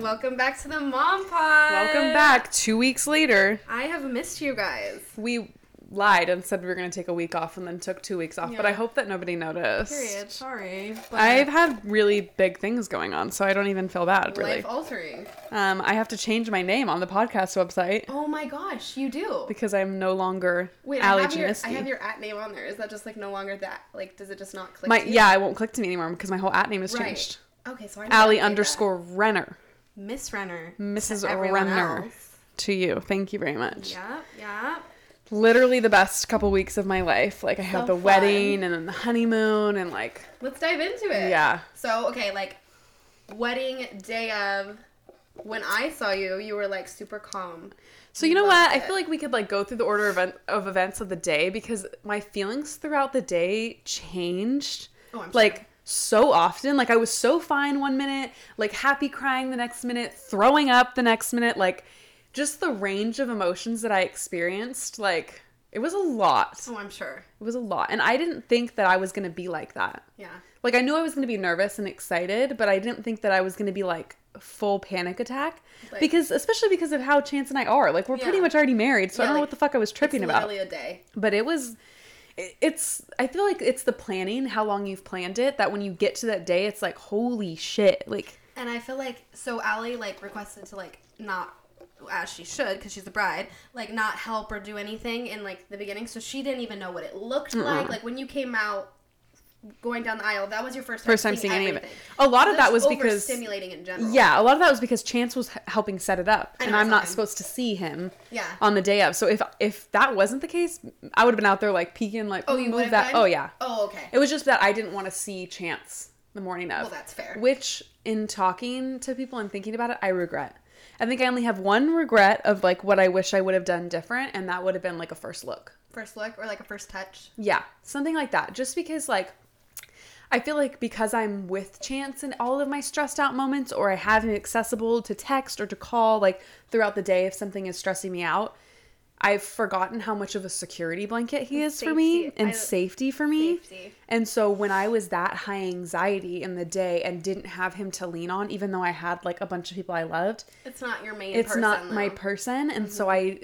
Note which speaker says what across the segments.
Speaker 1: Welcome back to the Mom Pod.
Speaker 2: Welcome back. Two weeks later,
Speaker 1: I have missed you guys.
Speaker 2: we lied and said we were going to take a week off and then took two weeks off, but
Speaker 1: Yeah.
Speaker 2: I hope that nobody noticed.
Speaker 1: Period. Sorry. But
Speaker 2: I've had really big things going on, so I don't even feel bad, really.
Speaker 1: life altering.
Speaker 2: Um, I have to change my name on the podcast website
Speaker 1: Oh my gosh, you do.
Speaker 2: because I'm no longer
Speaker 1: Wait, I
Speaker 2: Allie
Speaker 1: have, your, I
Speaker 2: Janisky.
Speaker 1: have your at name on there. Is that just like no longer that? Like, does it just not click?
Speaker 2: my,
Speaker 1: to you?
Speaker 2: yeah, I won't click to me anymore because my whole at name is
Speaker 1: Right.
Speaker 2: changed.
Speaker 1: Okay, so I'm
Speaker 2: Allie underscore Renner.
Speaker 1: Miss Renner.
Speaker 2: Mrs.
Speaker 1: To everyone
Speaker 2: Renner.
Speaker 1: else.
Speaker 2: To you. Thank you very much.
Speaker 1: Yeah, yeah.
Speaker 2: Literally the best couple weeks of my life. Like I had
Speaker 1: So
Speaker 2: the
Speaker 1: fun.
Speaker 2: wedding and then the honeymoon and like
Speaker 1: Let's dive into it.
Speaker 2: Yeah.
Speaker 1: So okay, like wedding day of. When I saw you, you were like super calm.
Speaker 2: So you know
Speaker 1: Love
Speaker 2: what? I
Speaker 1: it.
Speaker 2: feel like we could like go through the order of, event- of events of the day because my feelings throughout the day changed.
Speaker 1: Oh, I'm
Speaker 2: like so often. Like I was so fine one minute, like happy crying the next minute, throwing up the next minute, like just the range of emotions that I experienced, like it was a lot.
Speaker 1: Oh, I'm sure.
Speaker 2: It was a lot. And I didn't think that I was going to be like that.
Speaker 1: Yeah.
Speaker 2: Like I knew I was going to be nervous and excited, but I didn't think that I was going to be like full panic attack
Speaker 1: Like-
Speaker 2: because especially because of how Chance and I are. Like we're pretty
Speaker 1: Yeah.
Speaker 2: much already married, so I
Speaker 1: Yeah,
Speaker 2: don't know
Speaker 1: like,
Speaker 2: what the fuck I was tripping
Speaker 1: it's
Speaker 2: about.
Speaker 1: Literally a day.
Speaker 2: But it was it- it's I feel like it's the planning, how long you've planned it that when you get to that day it's like holy shit. Like
Speaker 1: And I feel like so Allie like requested to like not as she should because she's the bride like not help or do anything in like the beginning so she didn't even know what it looked like like when you came out going down the aisle that was your first time
Speaker 2: first time seeing any of it.
Speaker 1: everything.
Speaker 2: A lot of
Speaker 1: That's
Speaker 2: that was because
Speaker 1: overstimulating in general
Speaker 2: yeah, a lot of that was because Chance was h- helping set it up, and
Speaker 1: never
Speaker 2: I'm
Speaker 1: saw
Speaker 2: not
Speaker 1: him.
Speaker 2: supposed to see him
Speaker 1: Yeah.
Speaker 2: on the day of. So if if that wasn't the case, I would have been out there like peeking, like
Speaker 1: oh
Speaker 2: "Ooh,
Speaker 1: you
Speaker 2: move
Speaker 1: would
Speaker 2: that. Oh yeah,
Speaker 1: oh okay
Speaker 2: It was just that I didn't want to see Chance the morning of.
Speaker 1: Well, that's fair.
Speaker 2: Which, in talking to people and thinking about it, I regret. I think I only have one regret of like what I wish I would have done different, and that would have been like a first look.
Speaker 1: first look or like a first touch
Speaker 2: Yeah, something like that. Just because, like, I feel like because I'm with Chance in all of my stressed out moments, or I have him accessible to text or to call, like, throughout the day if something is stressing me out, I've forgotten how much of a security blanket he is for me
Speaker 1: safety.
Speaker 2: and
Speaker 1: I-
Speaker 2: safety for me.
Speaker 1: Safety.
Speaker 2: And so when I was that high anxiety in the day and didn't have him to lean on, even though I had like a bunch of people I loved,
Speaker 1: it's not your main
Speaker 2: it's
Speaker 1: person,
Speaker 2: not
Speaker 1: though.
Speaker 2: my
Speaker 1: Mm-hmm.
Speaker 2: person and so i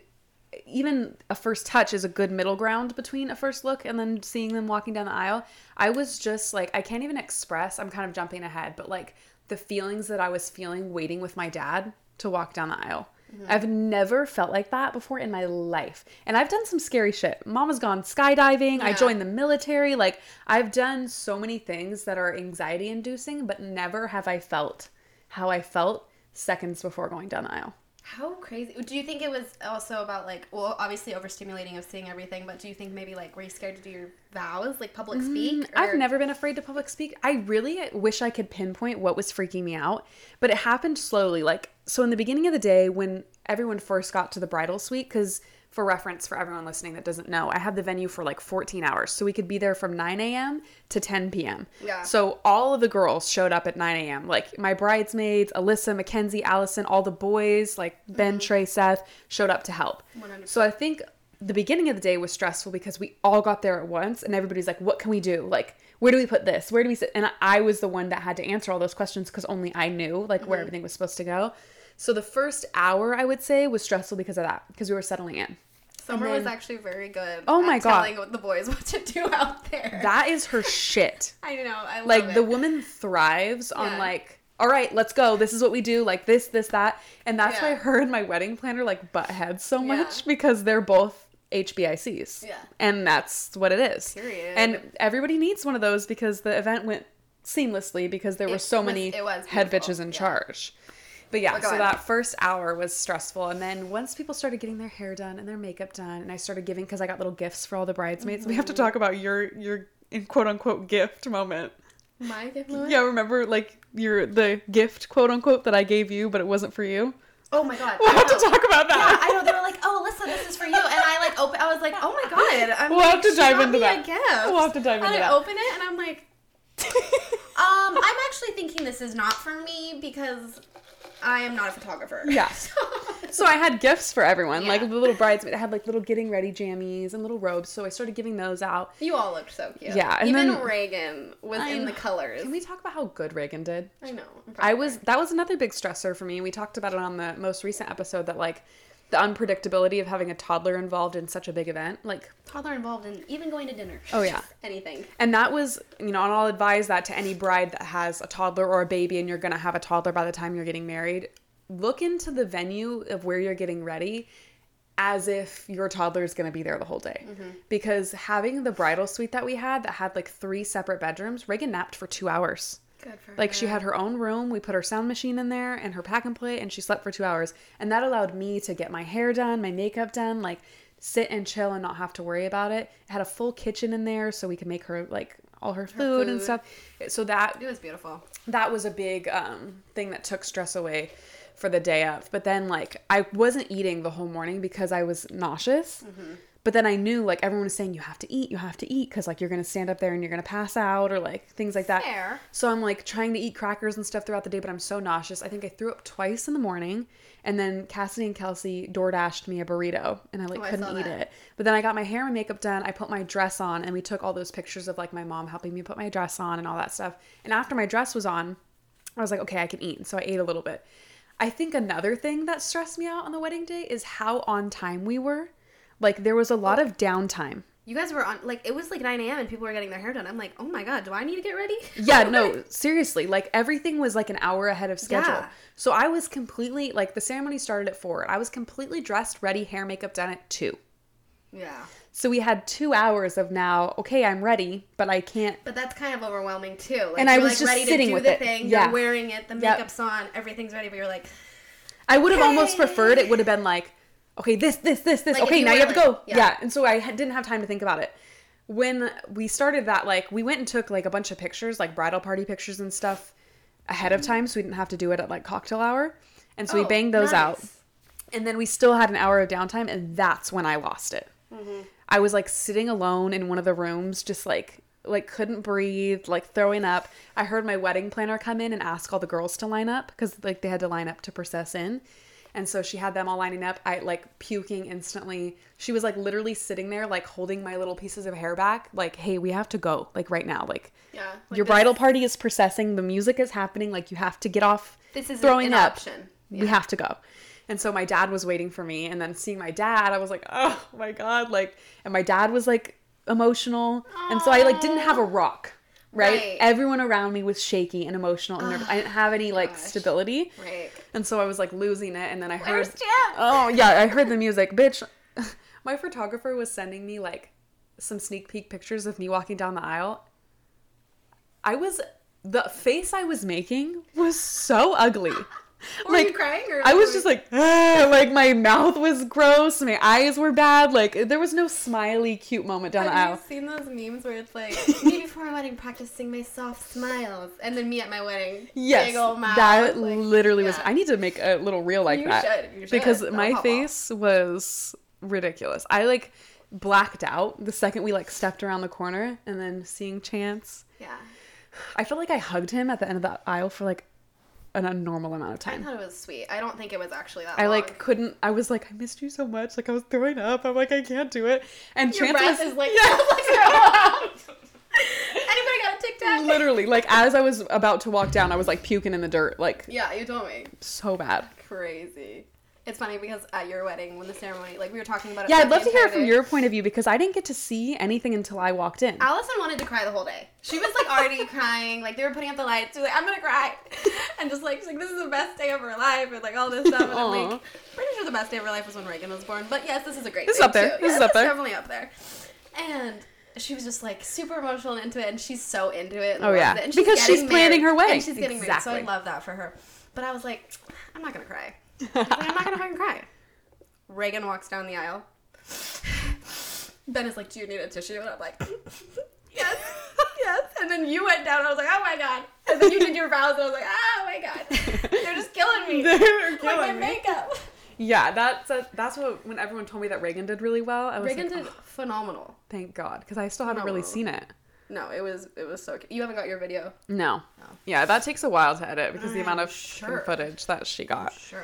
Speaker 2: even a first touch is a good middle ground between a first look and then seeing them walking down the aisle i was just like i can't even express i'm kind of jumping ahead but like the feelings that i was feeling waiting with my dad to walk down the aisle
Speaker 1: Mm-hmm.
Speaker 2: I've never felt like that before in my life. And I've done some scary shit. Mama's gone skydiving. I
Speaker 1: Yeah.
Speaker 2: joined the military. Like, I've done so many things that are anxiety inducing, but never have I felt how I felt seconds before going down the aisle.
Speaker 1: how crazy do you think it was also about like well obviously overstimulating of seeing everything but do you think maybe like were you scared to do your vows like public speak
Speaker 2: Mm, I've
Speaker 1: or-
Speaker 2: never been afraid to public speak. I really wish I could pinpoint what was freaking me out, but it happened slowly. Like, so in the beginning of the day, when everyone first got to the bridal suite, because for reference for everyone listening that doesn't know, I had the venue for like 14 hours. So we could be there from 9 a.m. to 10 p.m.
Speaker 1: Yeah.
Speaker 2: So all of the girls showed up at 9 a.m. Like my bridesmaids, Alyssa, Mackenzie, Allison, all the boys, like Ben, Trey, Seth, showed up to help.
Speaker 1: 100%.
Speaker 2: So I think the beginning of the day was stressful because we all got there at once and everybody's like, what can we do? Like, where do we put this? Where do we sit? And I was the one that had to answer all those questions because only I knew like where everything was supposed to go. So the first hour I would say was stressful because of that, because we were settling in.
Speaker 1: Summer
Speaker 2: And
Speaker 1: was
Speaker 2: then-
Speaker 1: actually very good.
Speaker 2: Oh
Speaker 1: at
Speaker 2: my God.
Speaker 1: Telling the boys what to do out there.
Speaker 2: That is her shit.
Speaker 1: I know. I love
Speaker 2: like the
Speaker 1: it.
Speaker 2: woman thrives on
Speaker 1: Yeah.
Speaker 2: like all right let's go this is what we do like this this that and that's
Speaker 1: Yeah.
Speaker 2: why her and my wedding planner like butt heads so
Speaker 1: Yeah.
Speaker 2: much because they're both hbics
Speaker 1: Yeah.
Speaker 2: and that's what it is
Speaker 1: Period.
Speaker 2: and everybody needs one of those because the event went seamlessly because there were
Speaker 1: It
Speaker 2: so
Speaker 1: was-
Speaker 2: many
Speaker 1: it was
Speaker 2: head
Speaker 1: beautiful.
Speaker 2: bitches in
Speaker 1: Yeah.
Speaker 2: charge but yeah,
Speaker 1: But go
Speaker 2: so
Speaker 1: ahead.
Speaker 2: that first hour was stressful. And then once people started getting their hair done and their makeup done, and I started giving because I got little gifts for all the bridesmaids. We have
Speaker 1: Mm-hmm.
Speaker 2: to talk about your your quote unquote gift moment.
Speaker 1: my gift moment?
Speaker 2: Yeah, remember like your the gift quote unquote that I gave you, but it wasn't for you.
Speaker 1: Oh my god.
Speaker 2: We'll have to
Speaker 1: I know.
Speaker 2: talk about
Speaker 1: Yeah,
Speaker 2: that.
Speaker 1: I know. They were like, "Oh, Alyssa, this is for you," and I like open. I was like, "Oh my god!" I'm
Speaker 2: We'll
Speaker 1: like,
Speaker 2: have to
Speaker 1: she
Speaker 2: dive
Speaker 1: got
Speaker 2: into
Speaker 1: me A
Speaker 2: that.
Speaker 1: gift.
Speaker 2: We'll have to dive
Speaker 1: and
Speaker 2: into
Speaker 1: I
Speaker 2: that.
Speaker 1: open it and I'm like, um, I'm actually thinking this is not for me because I am not a photographer.
Speaker 2: Yeah.
Speaker 1: So,
Speaker 2: so I had gifts for everyone, like
Speaker 1: Yeah.
Speaker 2: the little bridesmaid. I had like little getting ready jammies and little robes. So I started giving those out.
Speaker 1: You all looked so cute.
Speaker 2: Yeah, and
Speaker 1: Even
Speaker 2: then-
Speaker 1: Reagan was
Speaker 2: I
Speaker 1: in the
Speaker 2: know.
Speaker 1: colors.
Speaker 2: Can we talk about how good Reagan did?
Speaker 1: I know. I'm proud
Speaker 2: I
Speaker 1: of
Speaker 2: was that was another big stressor for me. We talked about it on the most recent episode that like the unpredictability of having a toddler involved in such a big event. Like
Speaker 1: her. toddler involved in even going to dinner.
Speaker 2: Oh, yeah.
Speaker 1: Anything.
Speaker 2: and that was, you know, and I'll advise that to any bride that has a toddler or a baby and you're going to have a toddler by the time you're getting married. Look into the venue of where you're getting ready as if your toddler is going to be there the whole day. Because having the bridal suite that we had that had like three separate bedrooms, Reagan napped for two hours.
Speaker 1: Good for
Speaker 2: Like she had her own room. We put her sound machine in there and her pack and play, and she slept for two hours. And that allowed me to get my hair done, my makeup done, like sit and chill and not have to worry about it. It had a full kitchen in there, so we could make her like all her food, and
Speaker 1: food.
Speaker 2: stuff. So that
Speaker 1: It was beautiful.
Speaker 2: that was a big um, thing that took stress away for the day of. But then like I wasn't eating the whole morning because I was nauseous. But then I knew like everyone was saying you have to eat, you have to eat because like you're gonna stand up there and you're gonna pass out or like things like that.
Speaker 1: Fair.
Speaker 2: So I'm like trying to eat crackers and stuff throughout the day, but I'm so nauseous. I think I threw up twice in the morning, and then Cassidy and Kelsey door dashed me a burrito, and I like
Speaker 1: Oh, I saw
Speaker 2: couldn't eat
Speaker 1: that.
Speaker 2: it. But then I got my hair and makeup done. I put my dress on, and we took all those pictures of like my mom helping me put my dress on and all that stuff. And after my dress was on, I was like, okay, I can eat. And so I ate a little bit. I think another thing that stressed me out on the wedding day is how on time we were. Like there was a lot of downtime.
Speaker 1: You guys were on like it was like 9 a.m. and people were getting their hair done. I'm like, oh my god, do I need to get ready?
Speaker 2: Yeah, no, seriously. Like everything was like an hour ahead of schedule.
Speaker 1: Yeah.
Speaker 2: So I was completely like the ceremony started at four. I was completely dressed, ready, hair, makeup done at two.
Speaker 1: Yeah.
Speaker 2: So we had two hours of now, okay, I'm ready, but I can't
Speaker 1: But that's kind of overwhelming too. Like,
Speaker 2: And I
Speaker 1: you're,
Speaker 2: was
Speaker 1: like,
Speaker 2: just
Speaker 1: ready to
Speaker 2: sitting
Speaker 1: do
Speaker 2: with
Speaker 1: the
Speaker 2: it.
Speaker 1: thing.
Speaker 2: Yeah.
Speaker 1: You're wearing it. The
Speaker 2: Yep.
Speaker 1: makeup's on. Everything's ready. But you're like,
Speaker 2: I would have almost
Speaker 1: Okay.
Speaker 2: preferred it would have been like, okay, this, this, this, this.
Speaker 1: Like, if
Speaker 2: okay,
Speaker 1: you
Speaker 2: now
Speaker 1: were
Speaker 2: you have to
Speaker 1: like-
Speaker 2: go.
Speaker 1: yeah.
Speaker 2: Yeah. And so I ha- didn't have time to think about it. When we started that, like, we went and took like a bunch of pictures, like bridal party pictures and stuff ahead of time. So we didn't have to do it at like cocktail hour. And so we
Speaker 1: Mm-hmm. Oh,
Speaker 2: banged those out.
Speaker 1: nice.
Speaker 2: And then we still had an hour of downtime. And that's when I lost it. I was like sitting alone in one of the rooms, just like, like couldn't breathe, like throwing up. I heard my wedding planner come in and ask all the girls to line up because like they had to line up to process in. And so she had them all lining up. I like puking instantly. She was like literally sitting there, like holding my little pieces of hair back, like, hey, we have to go, like right now. Like,
Speaker 1: yeah. like
Speaker 2: your
Speaker 1: this-
Speaker 2: bridal party is processing, the music is happening, like, you have to get off
Speaker 1: This is
Speaker 2: throwing
Speaker 1: an
Speaker 2: up.
Speaker 1: option.
Speaker 2: We have to go. And so my dad was waiting for me. And then seeing my dad, I was like, oh my God. Like, and my dad was like emotional. And so I like didn't have a rock, right?
Speaker 1: Right.
Speaker 2: Everyone around me was shaky and emotional and nervous. I didn't have any like
Speaker 1: Oh, gosh.
Speaker 2: stability.
Speaker 1: Right.
Speaker 2: And so I was like losing it. And then I heard.
Speaker 1: Where's Jim?
Speaker 2: Oh, yeah. I heard the music. Bitch, my photographer was sending me like some sneak peek pictures of me walking down the aisle. I was. The face I was making was so ugly.
Speaker 1: Were you crying or
Speaker 2: I was just like, "Ah," like my mouth was gross, my eyes were bad. Like there was no smiley, cute moment down the
Speaker 1: Have
Speaker 2: aisle.
Speaker 1: you seen those memes where it's like me before my wedding practicing my soft smiles, and then me at my wedding?
Speaker 2: Yes,
Speaker 1: big old mouth,
Speaker 2: that
Speaker 1: like-
Speaker 2: literally was.
Speaker 1: yeah.
Speaker 2: I need to make a little reel like
Speaker 1: You
Speaker 2: that
Speaker 1: should, you should.
Speaker 2: because
Speaker 1: That'll
Speaker 2: my
Speaker 1: pop off.
Speaker 2: face was ridiculous. I like blacked out the second we like stepped around the corner, and then seeing Chance,
Speaker 1: Yeah,
Speaker 2: I felt like I hugged him at the end of the aisle for like an abnormal amount of
Speaker 1: I
Speaker 2: time.
Speaker 1: thought it was sweet. I don't think it was actually that.
Speaker 2: I
Speaker 1: long.
Speaker 2: like couldn't. I was like, I missed you so much. Like I was throwing up. I'm like, I can't do it. And
Speaker 1: your
Speaker 2: Chance
Speaker 1: breath
Speaker 2: was,
Speaker 1: is like.
Speaker 2: Yeah.
Speaker 1: Anybody got a Tic Tac?
Speaker 2: literally like as i was about to walk down i was like puking in the dirt like
Speaker 1: Yeah, you told me.
Speaker 2: so bad
Speaker 1: Crazy. It's funny because at your wedding, when the ceremony, like we were talking about it.
Speaker 2: yeah
Speaker 1: for
Speaker 2: i'd
Speaker 1: the
Speaker 2: love to hear it
Speaker 1: entire
Speaker 2: from
Speaker 1: day.
Speaker 2: your point of view because i didn't get to see anything until i walked in
Speaker 1: Allison wanted to cry the whole day. She was like already crying. Like they were putting up the lights. She was like, I'm gonna cry, and just like she's like this is the best day of her life, and like all this stuff. And I'm
Speaker 2: Aw.
Speaker 1: like, pretty sure the best day of her life was when Reagan was born. But yes, this is a great.
Speaker 2: This is
Speaker 1: thing,
Speaker 2: up there.
Speaker 1: too.
Speaker 2: This
Speaker 1: Yeah,
Speaker 2: is up there.
Speaker 1: Definitely up there. And she was just like super emotional and into it, and she's so into it. And
Speaker 2: Oh,
Speaker 1: loves
Speaker 2: yeah.
Speaker 1: it, and
Speaker 2: Because she's
Speaker 1: getting
Speaker 2: planning
Speaker 1: married,
Speaker 2: her wedding.
Speaker 1: And she's getting married,
Speaker 2: Exactly.
Speaker 1: so I love that for her. But I was like, I'm not gonna cry. I was like, I'm not gonna fucking cry. Reagan walks down the aisle. Ben is like, "Do you need a tissue?" And I'm like, "Yes, yes." And then you went down. And I was like, "Oh my god!" And then you did your vows, and I was like, "Oh my god, they're just killing me."
Speaker 2: They're
Speaker 1: like my
Speaker 2: killing me.
Speaker 1: makeup.
Speaker 2: yeah that's a, that's what when everyone told me that reagan did really well i was
Speaker 1: Reagan
Speaker 2: like
Speaker 1: did phenomenal.
Speaker 2: "Oh, thank god because i still haven't really
Speaker 1: No.
Speaker 2: seen it
Speaker 1: No, it was it was so. cute. You haven't got your video.
Speaker 2: no yeah that takes a while to edit because the
Speaker 1: I'm
Speaker 2: amount of
Speaker 1: sure.
Speaker 2: footage that she got
Speaker 1: Sure.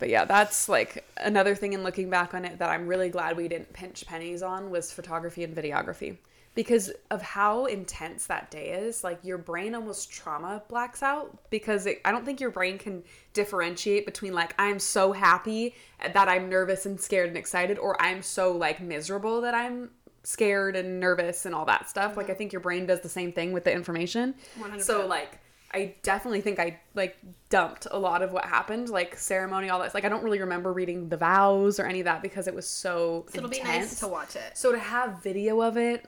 Speaker 2: But yeah, that's like another thing in looking back on it that I'm really glad we didn't pinch pennies on was photography and videography because of how intense that day is. Like your brain almost trauma blacks out because it, I don't think your brain can differentiate between like I'm so happy that I'm nervous and scared and excited or I'm so like miserable that I'm scared and nervous and all that stuff. Like I think your brain does the same thing with the information.
Speaker 1: 100%.
Speaker 2: So like I definitely think I like dumped a lot of what happened, like ceremony, all that. Like I don't really remember reading the vows or any of that because it was so.
Speaker 1: So it'll be nice
Speaker 2: intense.
Speaker 1: to watch it.
Speaker 2: So to have video of it,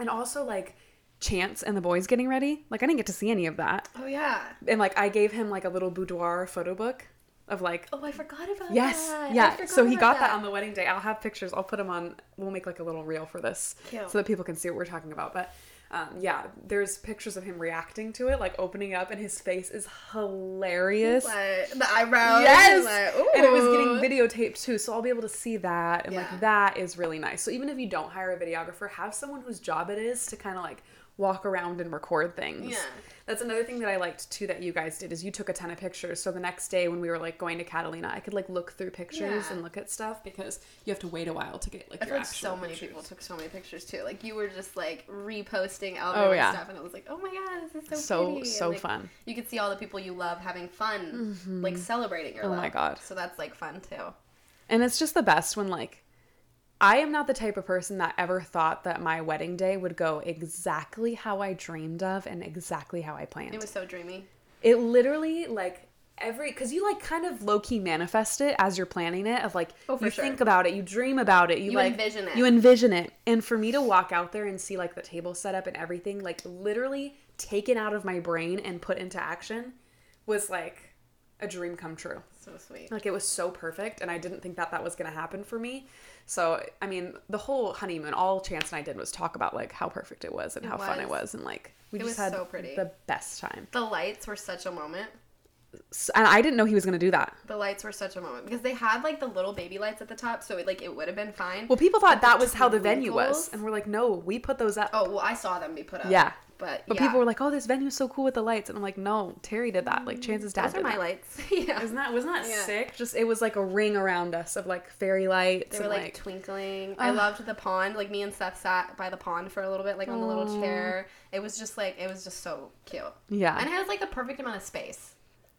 Speaker 2: and also like Chance and the boys getting ready, like I didn't get to see any of that.
Speaker 1: Oh yeah.
Speaker 2: And like I gave him like a little boudoir photo book of like
Speaker 1: Oh, I forgot about
Speaker 2: yes,
Speaker 1: that. I
Speaker 2: yeah.
Speaker 1: forgot
Speaker 2: So he
Speaker 1: about
Speaker 2: got that. on the wedding day. I'll have pictures. I'll put them on. We'll make like a little reel for this
Speaker 1: Cute.
Speaker 2: so that people can see what we're talking about. But um, yeah, there's pictures of him reacting to it, like opening up, and his face is hilarious.
Speaker 1: Like, the eyebrows.
Speaker 2: Yes,
Speaker 1: like,
Speaker 2: and it was
Speaker 1: ooh.
Speaker 2: getting videotaped too, so I'll be able to see that, and
Speaker 1: Yeah.
Speaker 2: like that is really nice. So even if you don't hire a videographer, have someone whose job it is to kind of like walk around and record things.
Speaker 1: Yeah.
Speaker 2: That's another thing that I liked too that you guys did is you took a ton of pictures. So the next day when we were like going to Catalina, I could like look through pictures
Speaker 1: Yeah.
Speaker 2: and look at stuff because you have to wait a while to get like
Speaker 1: I
Speaker 2: your
Speaker 1: feel like
Speaker 2: actual
Speaker 1: so many
Speaker 2: pictures.
Speaker 1: people took so many pictures too. Like you were just like reposting all
Speaker 2: Oh,
Speaker 1: oh,
Speaker 2: yeah.
Speaker 1: stuff, and it was like, oh my god, this is so
Speaker 2: So-
Speaker 1: pretty. And,
Speaker 2: so
Speaker 1: like,
Speaker 2: fun.
Speaker 1: You could see all the people you love having fun, like celebrating your
Speaker 2: Oh
Speaker 1: love.
Speaker 2: my God.
Speaker 1: So that's like fun too.
Speaker 2: And it's just the best when like I am not the type of person that ever thought that my wedding day would go exactly how I dreamed of and exactly how I planned.
Speaker 1: It was so dreamy.
Speaker 2: It literally like every because you like kind of low key manifest it as you're planning it of like
Speaker 1: Oh, for
Speaker 2: you
Speaker 1: sure.
Speaker 2: think about it, you dream about it, you,
Speaker 1: You
Speaker 2: like
Speaker 1: envision it.
Speaker 2: you envision it. And for me to walk out there and see like the table set up and everything like literally taken out of my brain and put into action was like a dream come true.
Speaker 1: So sweet.
Speaker 2: Like it was so perfect, and I didn't think that that was gonna happen for me. So I mean, the whole honeymoon, all Chance and I did was talk about like how perfect it was and how fun it
Speaker 1: was.
Speaker 2: was, and like we
Speaker 1: It
Speaker 2: just
Speaker 1: was
Speaker 2: had
Speaker 1: so pretty.
Speaker 2: the best time.
Speaker 1: The lights were such a moment.
Speaker 2: S- And I didn't know he was gonna do that.
Speaker 1: The lights were such a moment because they had like the little baby lights at the top, so it, like it would have been fine.
Speaker 2: Well, people thought
Speaker 1: But the
Speaker 2: that was how the venue was,
Speaker 1: twinkles?
Speaker 2: and we're like, no, we put those up.
Speaker 1: oh well, I saw them be put up.
Speaker 2: Yeah.
Speaker 1: but
Speaker 2: but
Speaker 1: yeah.
Speaker 2: people were like, oh, this venue's so cool with the lights, and I'm like, no, Terry did that. Like Chance's dad
Speaker 1: Mm, those
Speaker 2: did
Speaker 1: are my
Speaker 2: that.
Speaker 1: lights. yeah,
Speaker 2: Isn't that wasn't that
Speaker 1: Yeah.
Speaker 2: sick? Just it was like a ring around us of like fairy lights.
Speaker 1: They were
Speaker 2: and,
Speaker 1: like, twinkling. I loved the pond. Like me and Seth sat by the pond for a little bit, like on the little chair. It was just like it was just so cute.
Speaker 2: yeah.
Speaker 1: And it has like the perfect amount of space.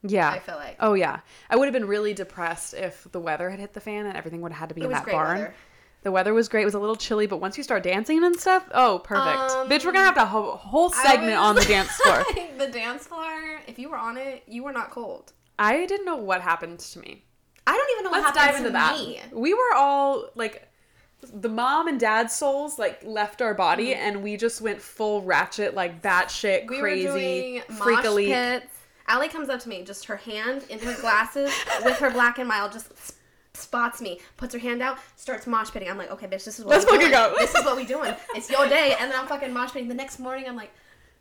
Speaker 2: Yeah.
Speaker 1: I feel like.
Speaker 2: Oh yeah. I would have been really depressed if the weather had hit the fan and everything would have had to be in
Speaker 1: was
Speaker 2: that
Speaker 1: great
Speaker 2: barn.
Speaker 1: weather.
Speaker 2: The weather was great. It was a little chilly, but once you start dancing and stuff, oh, perfect.
Speaker 1: Um,
Speaker 2: Bitch, we're going to have to ho- whole segment
Speaker 1: I
Speaker 2: on the
Speaker 1: was-
Speaker 2: dance floor.
Speaker 1: the dance floor. If you were on it, you were not cold.
Speaker 2: I didn't know what happened to me.
Speaker 1: I don't even know
Speaker 2: Let's
Speaker 1: what
Speaker 2: dive
Speaker 1: happened
Speaker 2: into
Speaker 1: to
Speaker 2: that.
Speaker 1: me.
Speaker 2: We were all like the mom and dad souls like left our body and we just went full ratchet like batshit
Speaker 1: Mm-hmm. We
Speaker 2: crazy
Speaker 1: were doing mosh
Speaker 2: freakily
Speaker 1: pits. Allie comes up to me, just her hand in her glasses with her black and mild, just s- spots me, puts her hand out, starts mosh pitting. I'm like, okay, bitch, this is what
Speaker 2: Let's
Speaker 1: we doing.
Speaker 2: fucking go."
Speaker 1: This is what we doing. It's your day, and then I'm fucking mosh pitting. The next morning, I'm like,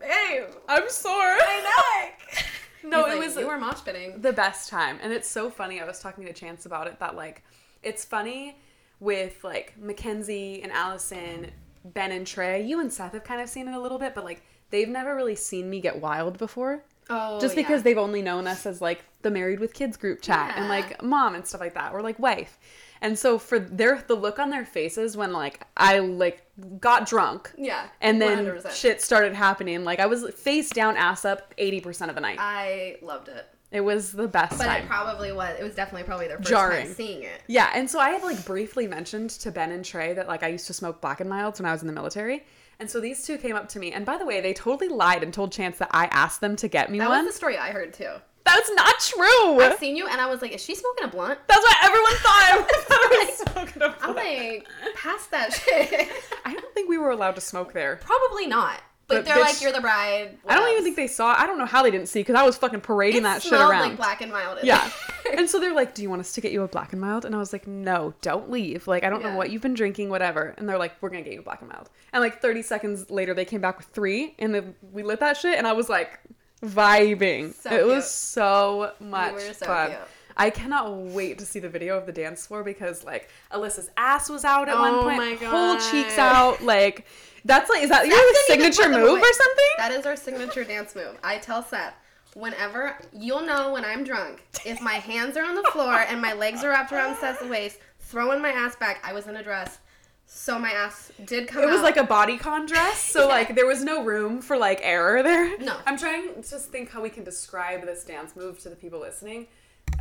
Speaker 1: babe,
Speaker 2: I'm sore.
Speaker 1: I know.
Speaker 2: No,
Speaker 1: He's
Speaker 2: it
Speaker 1: like,
Speaker 2: was
Speaker 1: you were mosh pitting.
Speaker 2: the best time and it's so funny i was talking to chance about it that like it's funny with like mackenzie and allison ben and trey you and seth have kind of seen it a little bit but like they've never really seen me get wild before
Speaker 1: Oh,
Speaker 2: just because they've only known us as like the married with kids group chat and
Speaker 1: Yeah.
Speaker 2: like mom and stuff like that or like wife and so for their the look on their faces when like i like got drunk
Speaker 1: yeah,
Speaker 2: and then
Speaker 1: 100%.
Speaker 2: shit started happening like i was face down ass up 80% of the night
Speaker 1: I loved it,
Speaker 2: it was the best
Speaker 1: Uh, but
Speaker 2: time
Speaker 1: it probably was. It was definitely probably their first
Speaker 2: Jarring.
Speaker 1: time seeing it.
Speaker 2: Yeah, and so I had like briefly mentioned to Ben and Trey that like I used to smoke black and milds when I was in the military. And so these two came up to me, and by the way, they totally lied and told Chance that I asked them to get me
Speaker 1: That
Speaker 2: one.
Speaker 1: was the story I heard too.
Speaker 2: That's not true.
Speaker 1: I seen you, and I was like, is she smoking a blunt?
Speaker 2: That's what everyone thought. Everyone thought I was smoking a
Speaker 1: I'm
Speaker 2: blunt.
Speaker 1: like, pass that shit.
Speaker 2: I don't think we were allowed to smoke there.
Speaker 1: Probably not. But,
Speaker 2: But
Speaker 1: they're
Speaker 2: bitch-
Speaker 1: like, you're the bride.
Speaker 2: I don't
Speaker 1: what
Speaker 2: even
Speaker 1: else?"
Speaker 2: think they saw. I don't know how they didn't see because I was fucking parading
Speaker 1: it
Speaker 2: that shit
Speaker 1: smelled
Speaker 2: around.
Speaker 1: like black and mild. in
Speaker 2: yeah.
Speaker 1: there.
Speaker 2: And so they're like, "Do you want us to get you a black and mild?" And I was like, "No, don't leave. Like, I don't
Speaker 1: Yeah.
Speaker 2: know what you've been drinking, whatever." And they're like, "We're gonna get you a black and mild." And like 30 seconds later, they came back with three, and then we lit that shit, and I was like, vibing.
Speaker 1: So
Speaker 2: it
Speaker 1: cute.
Speaker 2: was so much
Speaker 1: were so
Speaker 2: fun.
Speaker 1: cute.
Speaker 2: I cannot wait to see the video of the dance floor because like Alyssa's ass was out at
Speaker 1: Oh
Speaker 2: one point,
Speaker 1: my
Speaker 2: whole cheeks
Speaker 1: God.
Speaker 2: out. Like, that's like, is that
Speaker 1: Seth
Speaker 2: your
Speaker 1: didn't even
Speaker 2: signature
Speaker 1: put them
Speaker 2: move
Speaker 1: away.
Speaker 2: or something?
Speaker 1: that is our signature dance move. I tell Seth, whenever you'll know when I'm drunk if my hands are on the floor and my legs are wrapped around Seth's waist, throwing my ass back. I was in a dress, so my ass did come.
Speaker 2: It was
Speaker 1: out.
Speaker 2: like a bodycon dress, so like there was no room for like error there.
Speaker 1: No.
Speaker 2: I'm trying to just think how we can describe this dance move to the people listening.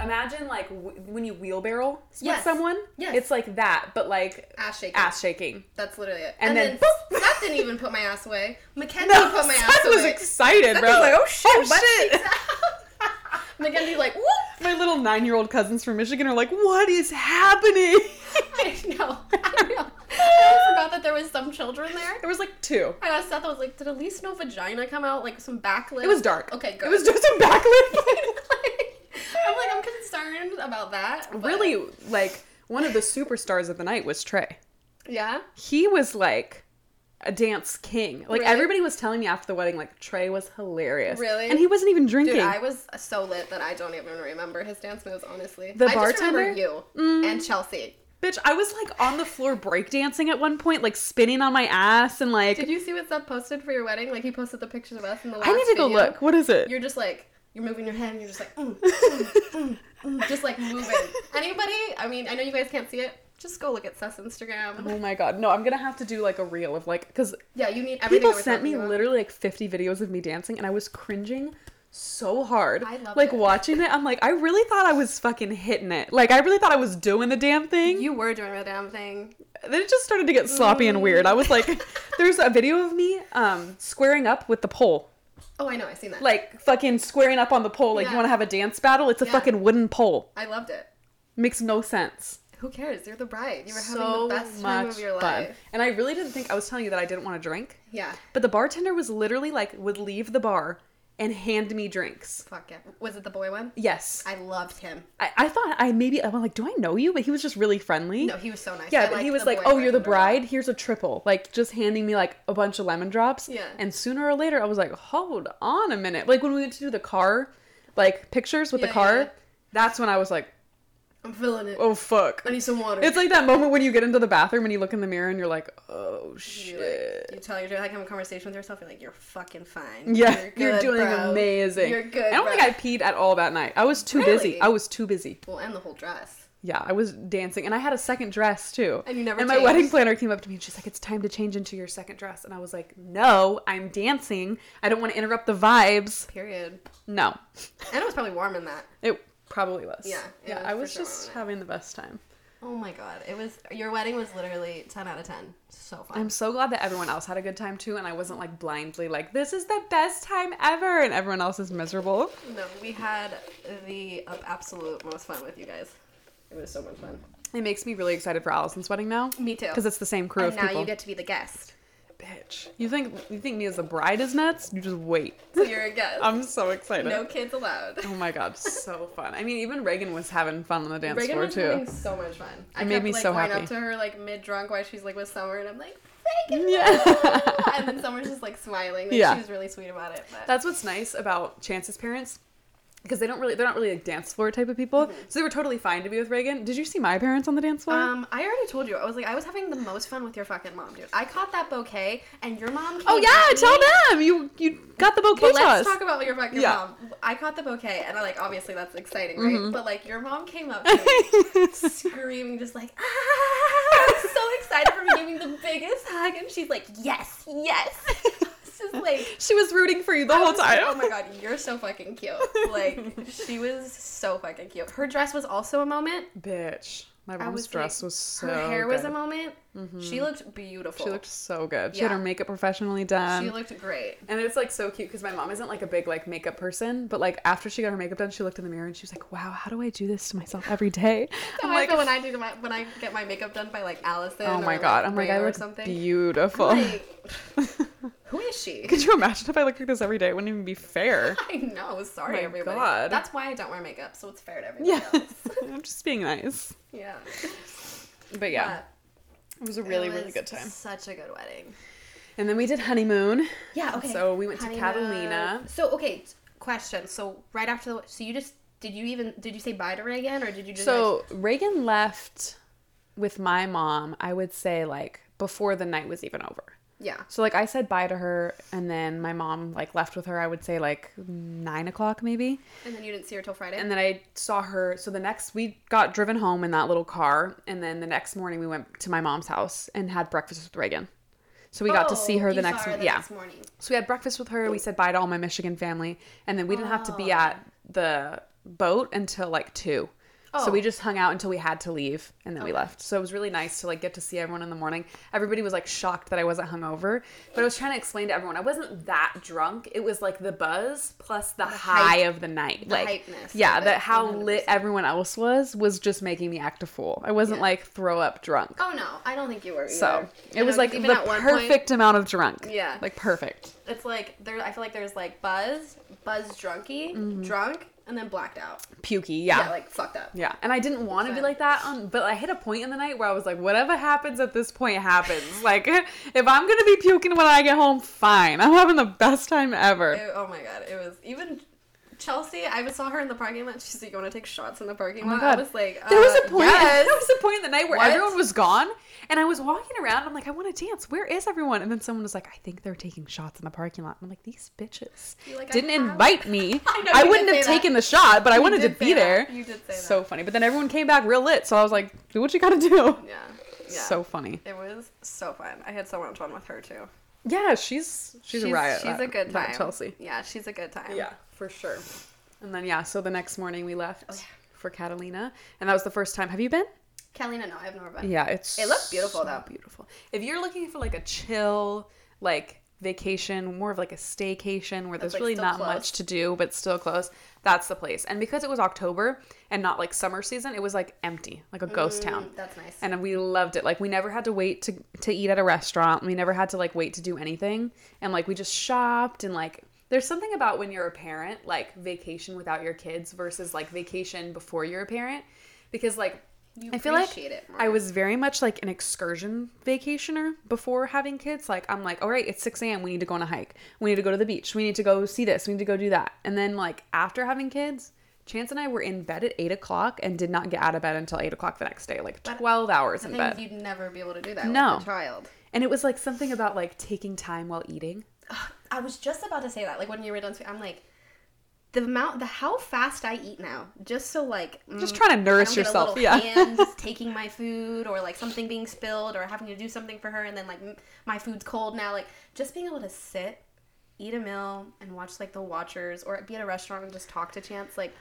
Speaker 2: Imagine like w- when you wheelbarrow with
Speaker 1: Yes.
Speaker 2: someone.
Speaker 1: Yes.
Speaker 2: It's like that, but like
Speaker 1: ass shaking.
Speaker 2: ass shaking.
Speaker 1: That's literally it.
Speaker 2: And
Speaker 1: And,
Speaker 2: then
Speaker 1: then,
Speaker 2: boop.
Speaker 1: Seth didn't even put my ass away. Mackenzie put my
Speaker 2: Seth
Speaker 1: ass
Speaker 2: was
Speaker 1: away.
Speaker 2: excited, bro.
Speaker 1: was like,
Speaker 2: oh shit,
Speaker 1: Mackenzie's like, whoop.
Speaker 2: My little nine-year-old cousins from Michigan are like, what is happening?
Speaker 1: I know. I know. I forgot that there was some children there.
Speaker 2: there was like two.
Speaker 1: I asked Seth, I was like, did at least no vagina come out? Like some back lip?
Speaker 2: It was dark.
Speaker 1: Okay,
Speaker 2: It
Speaker 1: good.
Speaker 2: was just a backlit.
Speaker 1: I'm like, I'm concerned about that. but-
Speaker 2: really, like one of the superstars of the night was Trey.
Speaker 1: Yeah.
Speaker 2: he was like a dance king. Like
Speaker 1: Really?
Speaker 2: everybody was telling me after the wedding, like Trey was hilarious.
Speaker 1: Really?
Speaker 2: And he wasn't even drinking.
Speaker 1: Dude, I was so lit that I don't even remember his dance moves, honestly.
Speaker 2: The
Speaker 1: I just remember
Speaker 2: bartender? Mm.
Speaker 1: you and Chelsea.
Speaker 2: Bitch, I was like on the floor breakdancing at one point, like spinning on my ass and like
Speaker 1: Did you see what Seth posted for your wedding? Like he posted the pictures of us in the last
Speaker 2: I need to go
Speaker 1: video.
Speaker 2: look. What is it?
Speaker 1: You're just like you're moving your head and you're just like mm, mm, mm, mm, just like moving. Anybody? I mean, I know you guys can't see it. Just go look at Seth's Instagram.
Speaker 2: Oh my god. No, I'm gonna have to do like a reel of like because
Speaker 1: Yeah, you need everything.
Speaker 2: people
Speaker 1: that we're
Speaker 2: sent me
Speaker 1: talking about.
Speaker 2: literally like 50 videos of me dancing and I was cringing so hard.
Speaker 1: I loved
Speaker 2: like
Speaker 1: it.
Speaker 2: watching it, I'm like, I really thought I was fucking hitting it. Like I really thought I was doing the damn thing.
Speaker 1: You were doing the damn thing.
Speaker 2: then it just started to get sloppy and weird. I was like, there's a video of me um, squaring up with the pole.
Speaker 1: Oh, I know. I've seen that.
Speaker 2: Like fucking squaring up on the pole. Like you
Speaker 1: Yeah.
Speaker 2: want to have a dance battle? It's a
Speaker 1: Yeah.
Speaker 2: fucking wooden pole.
Speaker 1: I loved it.
Speaker 2: Makes no sense.
Speaker 1: Who cares? You're the bride. You were
Speaker 2: so
Speaker 1: having the best
Speaker 2: much
Speaker 1: time of your
Speaker 2: fun.
Speaker 1: life.
Speaker 2: And I really didn't think I was telling you that I didn't want to drink.
Speaker 1: Yeah.
Speaker 2: But the bartender was literally like would leave the bar and hand me drinks.
Speaker 1: Fuck yeah. Was it the boy one?
Speaker 2: Yes.
Speaker 1: I loved him.
Speaker 2: I, I thought I maybe I was like, do I know you? But he was just really friendly.
Speaker 1: No, he was so nice. I
Speaker 2: Yeah, but
Speaker 1: liked
Speaker 2: he was
Speaker 1: the
Speaker 2: like,
Speaker 1: boy
Speaker 2: "Oh, you're
Speaker 1: bartender
Speaker 2: the
Speaker 1: a lot.
Speaker 2: bride. Here's a triple." Like just handing me like a bunch of lemon drops.
Speaker 1: Yeah.
Speaker 2: And sooner or later, I was like, "Hold on a minute." Like when we went to do the car, like pictures with the
Speaker 1: Yeah,
Speaker 2: car.
Speaker 1: yeah.
Speaker 2: That's when I was like,
Speaker 1: I'm feeling it.
Speaker 2: "Oh fuck."
Speaker 1: I need some water.
Speaker 2: It's like that moment when you get into the bathroom and you look in the mirror and you're like, "Oh
Speaker 1: you, like,
Speaker 2: shit."
Speaker 1: you tell you're like having a conversation with yourself. You're like, you're fucking fine.
Speaker 2: yeah, you're,
Speaker 1: good,
Speaker 2: doing
Speaker 1: bro.
Speaker 2: amazing.
Speaker 1: You're good.
Speaker 2: I don't
Speaker 1: bro.
Speaker 2: think I peed at all that night. I was too busy.
Speaker 1: Really?
Speaker 2: I was too busy.
Speaker 1: Well, and the whole dress.
Speaker 2: Yeah, I was dancing and I had a second dress too.
Speaker 1: And you never
Speaker 2: And my
Speaker 1: changed.
Speaker 2: wedding planner came up to me and she's like, "It's time to change into your second dress." And I was like, "No, I'm dancing. I don't want to interrupt the vibes."
Speaker 1: Period.
Speaker 2: No.
Speaker 1: And it was probably warm in that.
Speaker 2: It probably was.
Speaker 1: Yeah, it
Speaker 2: Yeah,
Speaker 1: was
Speaker 2: I
Speaker 1: for
Speaker 2: was
Speaker 1: sure
Speaker 2: just
Speaker 1: one.
Speaker 2: having the best time.
Speaker 1: Oh my god, it was. Your wedding was literally ten out of ten. So fun.
Speaker 2: I'm so glad that everyone else had a good time too and I wasn't like blindly like, "This is the best time ever." And everyone else is miserable.
Speaker 1: no, we had the uh, absolute most fun with you guys. It was so much fun.
Speaker 2: It makes me really excited for Allison's wedding now.
Speaker 1: Me too.
Speaker 2: Cuz it's the same crew
Speaker 1: and
Speaker 2: of
Speaker 1: now
Speaker 2: people.
Speaker 1: you get to be the guest.
Speaker 2: Bitch. You think you think me as the bride is nuts? You just wait.
Speaker 1: So you're a guest.
Speaker 2: I'm so excited.
Speaker 1: no kids allowed.
Speaker 2: Oh my god, so fun. I mean, even Reagan was having fun on the dance
Speaker 1: Reagan
Speaker 2: floor
Speaker 1: was
Speaker 2: too.
Speaker 1: having so much fun. I
Speaker 2: made
Speaker 1: kept,
Speaker 2: me
Speaker 1: like,
Speaker 2: so
Speaker 1: going
Speaker 2: happy.
Speaker 1: up to her like mid drunk while she's like with Summer, and I'm like, Reagan.
Speaker 2: Yeah.
Speaker 1: and then Summer's just like smiling. Like,
Speaker 2: Yeah.
Speaker 1: She was really sweet about it. But
Speaker 2: That's what's nice about Chance's parents. Because they don't really, they're not really like dance floor type of people. So they were totally fine to be with Reagan. Did you see my parents on the dance floor?
Speaker 1: Mm-hmm. Um, I already told you. I was like, I was having the most fun with your fucking mom, dude. I caught that bouquet, and your mom. Came
Speaker 2: oh
Speaker 1: at
Speaker 2: yeah,
Speaker 1: me.
Speaker 2: tell them you you got the bouquet
Speaker 1: But
Speaker 2: to us.
Speaker 1: let's talk about your fucking
Speaker 2: Yeah. Mm-hmm.
Speaker 1: mom. I caught the bouquet, and I like obviously that's exciting, right? But like your mom came up to me, screaming, just like ah! I was so excited for me giving the biggest hug, and she's like, yes, yes. It's just like.
Speaker 2: she was rooting for you the
Speaker 1: I
Speaker 2: whole
Speaker 1: was like,
Speaker 2: time.
Speaker 1: oh my god, you're so fucking cute. Like, she was so fucking cute. Her dress was also a moment.
Speaker 2: Bitch, my
Speaker 1: I
Speaker 2: mom's
Speaker 1: was
Speaker 2: dress
Speaker 1: like,
Speaker 2: was so.
Speaker 1: her hair was a
Speaker 2: good. Mm-hmm.
Speaker 1: moment. She looked beautiful.
Speaker 2: She looked so good. She had
Speaker 1: Yeah.
Speaker 2: her makeup professionally done.
Speaker 1: she looked great.
Speaker 2: And it's like so cute because my mom isn't like a big like makeup person, but like after she got her makeup done, she looked in the mirror and she was like, "Wow, how do I do this to myself every day?"
Speaker 1: i
Speaker 2: I'm like,
Speaker 1: when I do my, when I get my makeup done by like Allison.
Speaker 2: "Oh
Speaker 1: or,
Speaker 2: my god!"
Speaker 1: like,
Speaker 2: I'm like,
Speaker 1: Rhea
Speaker 2: "I
Speaker 1: or
Speaker 2: look
Speaker 1: something.
Speaker 2: beautiful."
Speaker 1: Like, who is she?
Speaker 2: Could you imagine if I looked like this every day? It wouldn't even be fair.
Speaker 1: I know. Sorry,
Speaker 2: My
Speaker 1: everybody.
Speaker 2: God.
Speaker 1: That's why I don't wear makeup, so it's fair to everybody
Speaker 2: yeah,
Speaker 1: else.
Speaker 2: I'm just being nice.
Speaker 1: Yeah.
Speaker 2: But yeah,
Speaker 1: But
Speaker 2: it was a
Speaker 1: it
Speaker 2: really really
Speaker 1: was
Speaker 2: good time.
Speaker 1: Such a good wedding.
Speaker 2: And then we did honeymoon.
Speaker 1: Yeah. Okay.
Speaker 2: So we went to
Speaker 1: Honeymoon.
Speaker 2: Catalina.
Speaker 1: So okay, t- question. So right after the, so you just did you even did you say bye to Reagan or did you just
Speaker 2: So Reagan left with my mom. I would say like before the night was even over.
Speaker 1: Yeah.
Speaker 2: So like I said bye to her, and then my mom like left with her. I would say like nine o'clock maybe,
Speaker 1: And then you didn't see her till Friday.
Speaker 2: and then I saw her. So the next we got driven home in that little car, and then the next morning we went to my mom's house and had breakfast with Reagan. So we got to see her the
Speaker 1: Oh, saw
Speaker 2: next
Speaker 1: her
Speaker 2: morning.
Speaker 1: the
Speaker 2: yeah.
Speaker 1: next morning.
Speaker 2: So we had breakfast with her. We said bye to all my Michigan family, and then we didn't have to be at the boat until like two. So
Speaker 1: Oh.
Speaker 2: we just hung out until we had to leave, and then we left. So it was really nice to like get to see everyone in the morning. Everybody was like shocked that I wasn't hungover, but I was trying to explain to everyone I wasn't that drunk. It was like the buzz plus the, high of the night, like
Speaker 1: hypeness
Speaker 2: yeah,
Speaker 1: of it,
Speaker 2: that how lit
Speaker 1: 100%.
Speaker 2: everyone else was was just making me act a fool. I wasn't
Speaker 1: Yeah.
Speaker 2: like throw up drunk.
Speaker 1: Oh no, I don't think you were. Either.
Speaker 2: So
Speaker 1: I
Speaker 2: it was
Speaker 1: know,
Speaker 2: like
Speaker 1: 'cause
Speaker 2: the
Speaker 1: at one
Speaker 2: perfect amount of drunk.
Speaker 1: Yeah.
Speaker 2: like perfect.
Speaker 1: Point, it's like there. I feel like there's like buzz, buzz drunky, drunk, and then blacked out.
Speaker 2: pukey.
Speaker 1: Yeah,
Speaker 2: Mm-hmm. Yeah. Yeah,
Speaker 1: like fucked up.
Speaker 2: And I didn't want to be
Speaker 1: Fun.
Speaker 2: like that, on, but I hit a point in the night where I was like, whatever happens at this point happens. like, if I'm going to be puking when I get home, fine. I'm having the best time ever.
Speaker 1: It- oh my god, it was even Chelsea. I saw her in the parking lot. She's like, "You want to take shots in the parking
Speaker 2: Oh my
Speaker 1: lot?"
Speaker 2: God.
Speaker 1: I was like,
Speaker 2: There was
Speaker 1: uh,
Speaker 2: a point.
Speaker 1: yes.
Speaker 2: There was a point in the night where
Speaker 1: What?
Speaker 2: everyone was gone, and I was walking around. I'm like, I want to dance. Where is everyone? And then someone was like, I think they're taking shots in the parking lot. And I'm like, these bitches
Speaker 1: You're like, I
Speaker 2: didn't
Speaker 1: have-
Speaker 2: invite me.
Speaker 1: I know,
Speaker 2: I,
Speaker 1: you did
Speaker 2: wouldn't
Speaker 1: say
Speaker 2: have
Speaker 1: that.
Speaker 2: taken the shot, but I
Speaker 1: You
Speaker 2: wanted to
Speaker 1: did
Speaker 2: be
Speaker 1: say
Speaker 2: there.
Speaker 1: that. You did say that.
Speaker 2: So funny. But then everyone came back real lit, so I was like, do what you gotta do.
Speaker 1: yeah, yeah.
Speaker 2: So funny.
Speaker 1: it was so fun. I had so much fun with her too.
Speaker 2: Yeah, she's she's, a riot.
Speaker 1: She's a
Speaker 2: that-
Speaker 1: good
Speaker 2: that
Speaker 1: time.
Speaker 2: Chelsea.
Speaker 1: Yeah, she's a good time.
Speaker 2: for sure. And then yeah, so the next morning we left for Catalina, and that was the first time. Have you been?
Speaker 1: Catalina, no, I've never been.
Speaker 2: Yeah, it's
Speaker 1: It looked beautiful,
Speaker 2: so
Speaker 1: though.
Speaker 2: Beautiful. If you're looking for like a chill, like vacation, more of like a staycation where there's
Speaker 1: like,
Speaker 2: really
Speaker 1: still
Speaker 2: not
Speaker 1: close.
Speaker 2: much to do but still close, that's the place. And because it was October and not like summer season, it was like empty, like a ghost town.
Speaker 1: Mm, That's nice.
Speaker 2: and we loved it. Like we never had to wait to to eat at a restaurant. We never had to like wait to do anything. And like we just shopped and like there's something about when you're a parent, like vacation without your kids versus like vacation before you're a parent because like
Speaker 1: You
Speaker 2: I feel like
Speaker 1: appreciate it more.
Speaker 2: I was very much like an excursion vacationer before having kids. Like I'm like, all right, it's 6 a.m. We need to go on a hike. We need to go to the beach. We need to go see this. We need to go do that. And then like after having kids, Chance and I were in bed at eight o'clock and did not get out of bed until eight o'clock the next day. Like twelve hours
Speaker 1: I
Speaker 2: in
Speaker 1: think
Speaker 2: bed.
Speaker 1: you'd never be able to do that
Speaker 2: No.
Speaker 1: with a child.
Speaker 2: And it was like something about like taking time while eating.
Speaker 1: I was just about to say that. Like when you were done, spe- I'm like, the amount, the how fast I eat now, just so like,
Speaker 2: Just
Speaker 1: mm,
Speaker 2: trying to
Speaker 1: I
Speaker 2: nourish
Speaker 1: don't get a
Speaker 2: yourself.
Speaker 1: little
Speaker 2: Yeah.
Speaker 1: hand taking my food, or like something being spilled, or having to do something for her, and then like m- my food's cold now. Like just being able to sit, eat a meal, and watch like the Watchers, or be at a restaurant and just talk to Chance. Like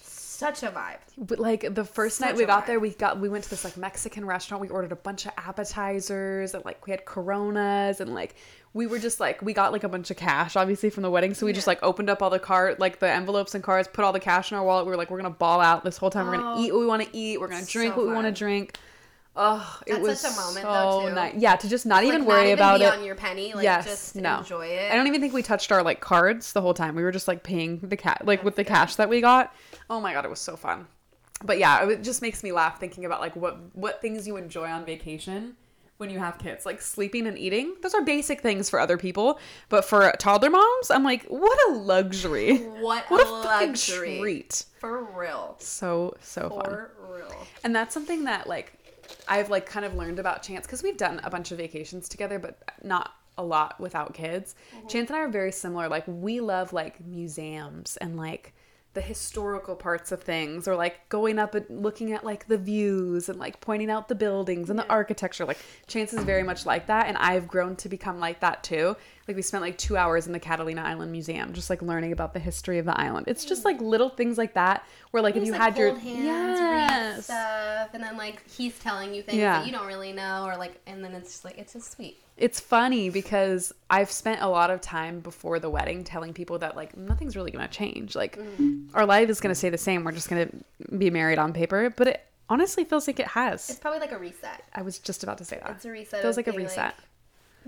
Speaker 1: such a vibe.
Speaker 2: But like the first
Speaker 1: Such
Speaker 2: night we
Speaker 1: a
Speaker 2: got
Speaker 1: vibe.
Speaker 2: there, we got we went to this like Mexican restaurant. We ordered a bunch of appetizers and like we had Coronas and like we were just like we got like a bunch of cash obviously from the wedding. So we just
Speaker 1: Yeah.
Speaker 2: like opened up all the cart like the envelopes and cards, put all the cash in our wallet. We were like we're gonna ball out this whole time. We're gonna
Speaker 1: Oh.
Speaker 2: eat what we want to eat. We're gonna drink
Speaker 1: So
Speaker 2: what we want to
Speaker 1: fun.
Speaker 2: drink. Oh, it
Speaker 1: That's
Speaker 2: was
Speaker 1: such a moment,
Speaker 2: so
Speaker 1: though, too.
Speaker 2: nice. Yeah, to just not even
Speaker 1: like,
Speaker 2: worry
Speaker 1: not even
Speaker 2: about
Speaker 1: be
Speaker 2: it.
Speaker 1: on your penny. Like
Speaker 2: yes,
Speaker 1: just
Speaker 2: no.
Speaker 1: enjoy it.
Speaker 2: I don't even think we touched our like cards the whole time. We were just like paying the cat like with the cash that we got. Oh my god, it was so fun. But yeah, it just makes me laugh thinking about like what what things you enjoy on vacation when you have kids, like sleeping and eating. Those are basic things for other people, but for toddler moms, I'm like, what a luxury.
Speaker 1: What,
Speaker 2: What a
Speaker 1: a
Speaker 2: fucking
Speaker 1: luxury.
Speaker 2: treat.
Speaker 1: For real.
Speaker 2: So so fun.
Speaker 1: For real.
Speaker 2: And that's something that like I've like kind of learned about Chance because we've done a bunch of vacations together, but not a lot without kids.
Speaker 1: Mm-hmm.
Speaker 2: Chance and I are very similar. Like we love like museums and like the historical parts of things or like going up and looking at like the views and like pointing out the buildings and the architecture like chance is very much like that and i've grown to become like that too like we spent like two hours in the catalina island museum just like learning about the history of the island it's just like little things like that where like if
Speaker 1: Just,
Speaker 2: you
Speaker 1: Mm. like,
Speaker 2: had your
Speaker 1: hold hands, read stuff, and then like he's telling you things
Speaker 2: Yeah.
Speaker 1: that you don't really know, or like, and then it's just like it's just sweet.
Speaker 2: it's funny because I've spent a lot of time before the wedding telling people that like nothing's really going to change. Like
Speaker 1: Mm-hmm.
Speaker 2: our life is going to stay the same. We're just going to be married on paper, but it honestly feels like it
Speaker 1: It's
Speaker 2: has.
Speaker 1: probably like a reset.
Speaker 2: I was just about to say that.
Speaker 1: It's a reset.
Speaker 2: Feels
Speaker 1: of
Speaker 2: like a
Speaker 1: being,
Speaker 2: reset.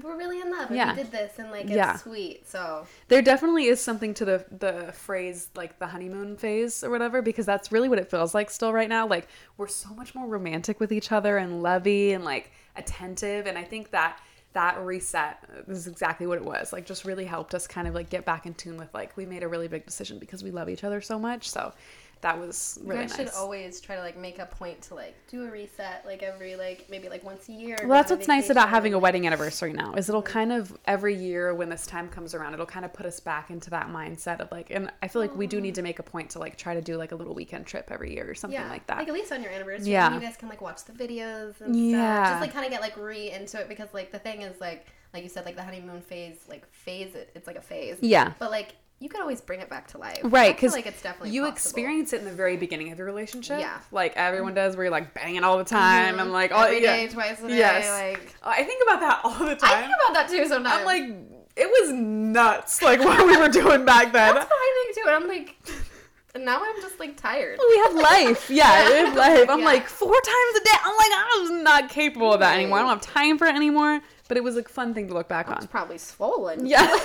Speaker 1: We're really in love. and
Speaker 2: Yeah.
Speaker 1: We did this, and like it's
Speaker 2: Yeah.
Speaker 1: sweet. So
Speaker 2: there definitely is something to the the phrase like the honeymoon phase or whatever because that's really what it feels like still right now like we're so much more romantic with each other and lovey and like attentive and i think that that reset is exactly what it was like just really helped us kind of like get back in tune with like we made a really big decision because we love each other so much so that was
Speaker 1: You
Speaker 2: really
Speaker 1: guys
Speaker 2: nice.
Speaker 1: should always try to like make a point to like do a reset like every like maybe like once a year.
Speaker 2: Well, that's what's nice about having a wedding anniversary now is it'll kind of every year when this time comes around, it'll kind of put us back into that mindset of like, and I feel like we do need to make a point to like try to do like a little weekend trip every year or something
Speaker 1: yeah,
Speaker 2: like that.
Speaker 1: Like at least on your anniversary,
Speaker 2: Yeah.
Speaker 1: yeah. you guys can like watch the videos and
Speaker 2: Yeah.
Speaker 1: stuff. Just like kind of get like re into it because like the thing is like like you said like the honeymoon phase like phase it it's like a phase.
Speaker 2: Yeah.
Speaker 1: But like you could always bring it back to life. I
Speaker 2: Right,
Speaker 1: feel
Speaker 2: because
Speaker 1: like it's definitely
Speaker 2: you
Speaker 1: possible.
Speaker 2: experience it in the very beginning of your relationship.
Speaker 1: Yeah. Mm-hmm.
Speaker 2: like everyone does, where you're like banging all the time and like all
Speaker 1: Every
Speaker 2: yeah.
Speaker 1: day, twice a day,
Speaker 2: Yes.
Speaker 1: like-
Speaker 2: I think about that all the
Speaker 1: I
Speaker 2: time.
Speaker 1: think about that too sometimes.
Speaker 2: I'm like, it was nuts, like what we were doing back then.
Speaker 1: that's what I think too, and I'm like, and now I'm just like tired.
Speaker 2: we have life. Yeah, we have life. I'm
Speaker 1: Yeah.
Speaker 2: like four times a day. I'm like, I'm not capable of that anymore. I don't have
Speaker 1: Right.
Speaker 2: time for it anymore. But it was a fun thing to look back
Speaker 1: It's
Speaker 2: on.
Speaker 1: probably swollen.
Speaker 2: Yeah.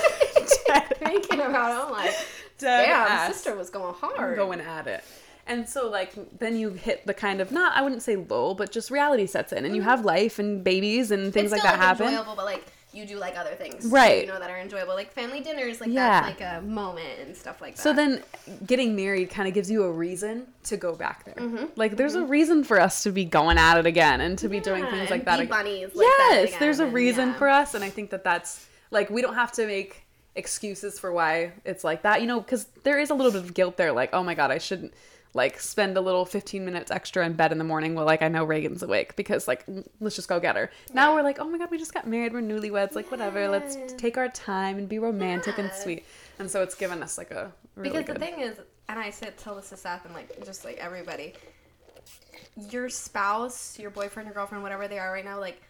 Speaker 2: Dead
Speaker 1: Thinking about it, I'm like,
Speaker 2: ass.
Speaker 1: damn, sister was going hard.
Speaker 2: going at it. And so like then you hit the kind of not I wouldn't say lull, but just reality sets in and you have life and babies and things
Speaker 1: Mm-hmm. it's still,
Speaker 2: like that
Speaker 1: like,
Speaker 2: happen.
Speaker 1: Enjoyable, but like you do like other things,
Speaker 2: Right.
Speaker 1: You know that are enjoyable, like family dinners, like
Speaker 2: Yeah.
Speaker 1: that's like a moment and stuff like that.
Speaker 2: So then getting married kind of gives you a reason to go back there.
Speaker 1: Mm-hmm.
Speaker 2: Like there's a reason for us to be going at it again and to be doing
Speaker 1: Yeah,
Speaker 2: things
Speaker 1: and
Speaker 2: like that
Speaker 1: be
Speaker 2: again.
Speaker 1: bunnies like that
Speaker 2: yes, there's a
Speaker 1: again, and
Speaker 2: reason
Speaker 1: yeah.
Speaker 2: for us and I think that that's like we don't have to make excuses for why it's like that, you know, cuz there is a little bit of guilt there like oh my god, I shouldn't like spend a little 15 minutes extra in bed in the morning while like I know Reagan's awake because like mm, let's just go get her. Now we're like, "Oh my god, we just got married. We're newlyweds. Like whatever. Let's
Speaker 1: Yes.
Speaker 2: take our time and be romantic and
Speaker 1: Yeah.
Speaker 2: sweet." And so it's given us like a really
Speaker 1: because
Speaker 2: good
Speaker 1: the thing is, and I said tell this to Seth and like just like everybody, your spouse, your boyfriend, your girlfriend, whatever they are right now, like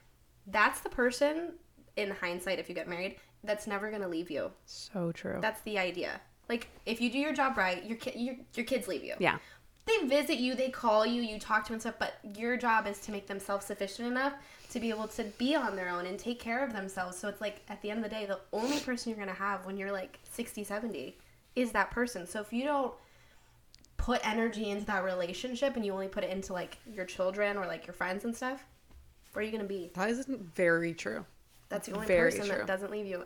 Speaker 1: that's the person in hindsight if you get married that's never gonna leave you.
Speaker 2: So true.
Speaker 1: That's the idea. Like if you do your job right, your ki- your, your kids leave you.
Speaker 2: yeah.
Speaker 1: they visit you, they call you, you talk to them and stuff, but your job is to make them self sufficient enough to be able to be on their own and take care of themselves. So it's like at the end of the day, the only person you're going to have when you're like 60, 70 is that person. So if you don't put energy into that relationship and you only put it into like your children or like your friends and stuff, where are you going to be?
Speaker 2: That is very true.
Speaker 1: That's the only
Speaker 2: Very
Speaker 1: person
Speaker 2: true.
Speaker 1: that doesn't leave you.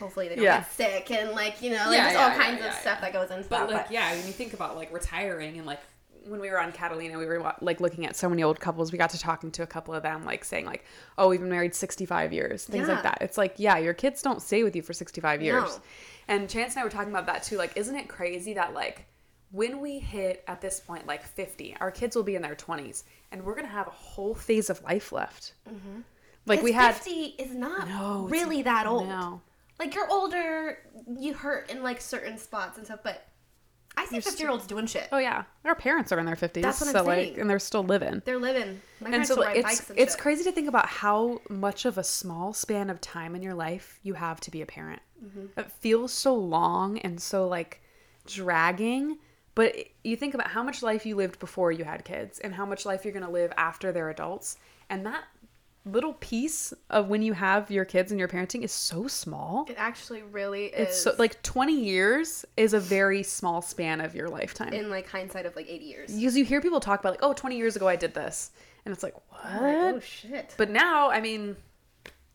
Speaker 1: Hopefully they don't
Speaker 2: Yeah.
Speaker 1: get sick and like, you know, like
Speaker 2: Yeah,
Speaker 1: there's
Speaker 2: yeah,
Speaker 1: all
Speaker 2: yeah,
Speaker 1: kinds of
Speaker 2: yeah,
Speaker 1: stuff that goes into
Speaker 2: But
Speaker 1: that.
Speaker 2: like, yeah, when you think about like retiring and like when we were on Catalina, we were wa- like looking at so many old couples. We got to talking to a couple of them, like saying like, "Oh, we've been married 65 years," things like
Speaker 1: Yeah.
Speaker 2: that. It's like, yeah, your kids don't stay with you for 65 years.
Speaker 1: No.
Speaker 2: And Chance and I were talking about that too. Like, isn't it crazy that like when we hit at this point like 50, our kids will be in their 20s, and we're gonna have a whole phase of life left.
Speaker 1: Mm-hmm.
Speaker 2: Like we
Speaker 1: 'Cause
Speaker 2: had
Speaker 1: 50 is not
Speaker 2: No, it's
Speaker 1: really that old.
Speaker 2: No.
Speaker 1: Like you're older, you hurt in like certain spots and stuff, but I see 50 year olds doing shit.
Speaker 2: Oh yeah, our parents are in their 50s,
Speaker 1: That's what I'm
Speaker 2: so like,
Speaker 1: saying.
Speaker 2: and they're still living.
Speaker 1: They're living. My
Speaker 2: and
Speaker 1: parents
Speaker 2: so
Speaker 1: don't ride
Speaker 2: it's
Speaker 1: bikes and
Speaker 2: it's
Speaker 1: shit.
Speaker 2: crazy to think about how much of a small span of time in your life you have to be a parent.
Speaker 1: Mm-hmm.
Speaker 2: It feels so long and so like dragging, but it- you think about how much life you lived before you had kids and how much life you're going to live after they're adults, and that little piece of when you have your kids and your parenting is so small.
Speaker 1: It actually really is.
Speaker 2: It's so like 20 years is a very small span of your lifetime.
Speaker 1: in like hindsight of like 80 years.
Speaker 2: because you hear people talk about like, "Oh, 20 years ago I did this." And it's like, "What?"
Speaker 1: I'm like, oh shit.
Speaker 2: But now, I mean,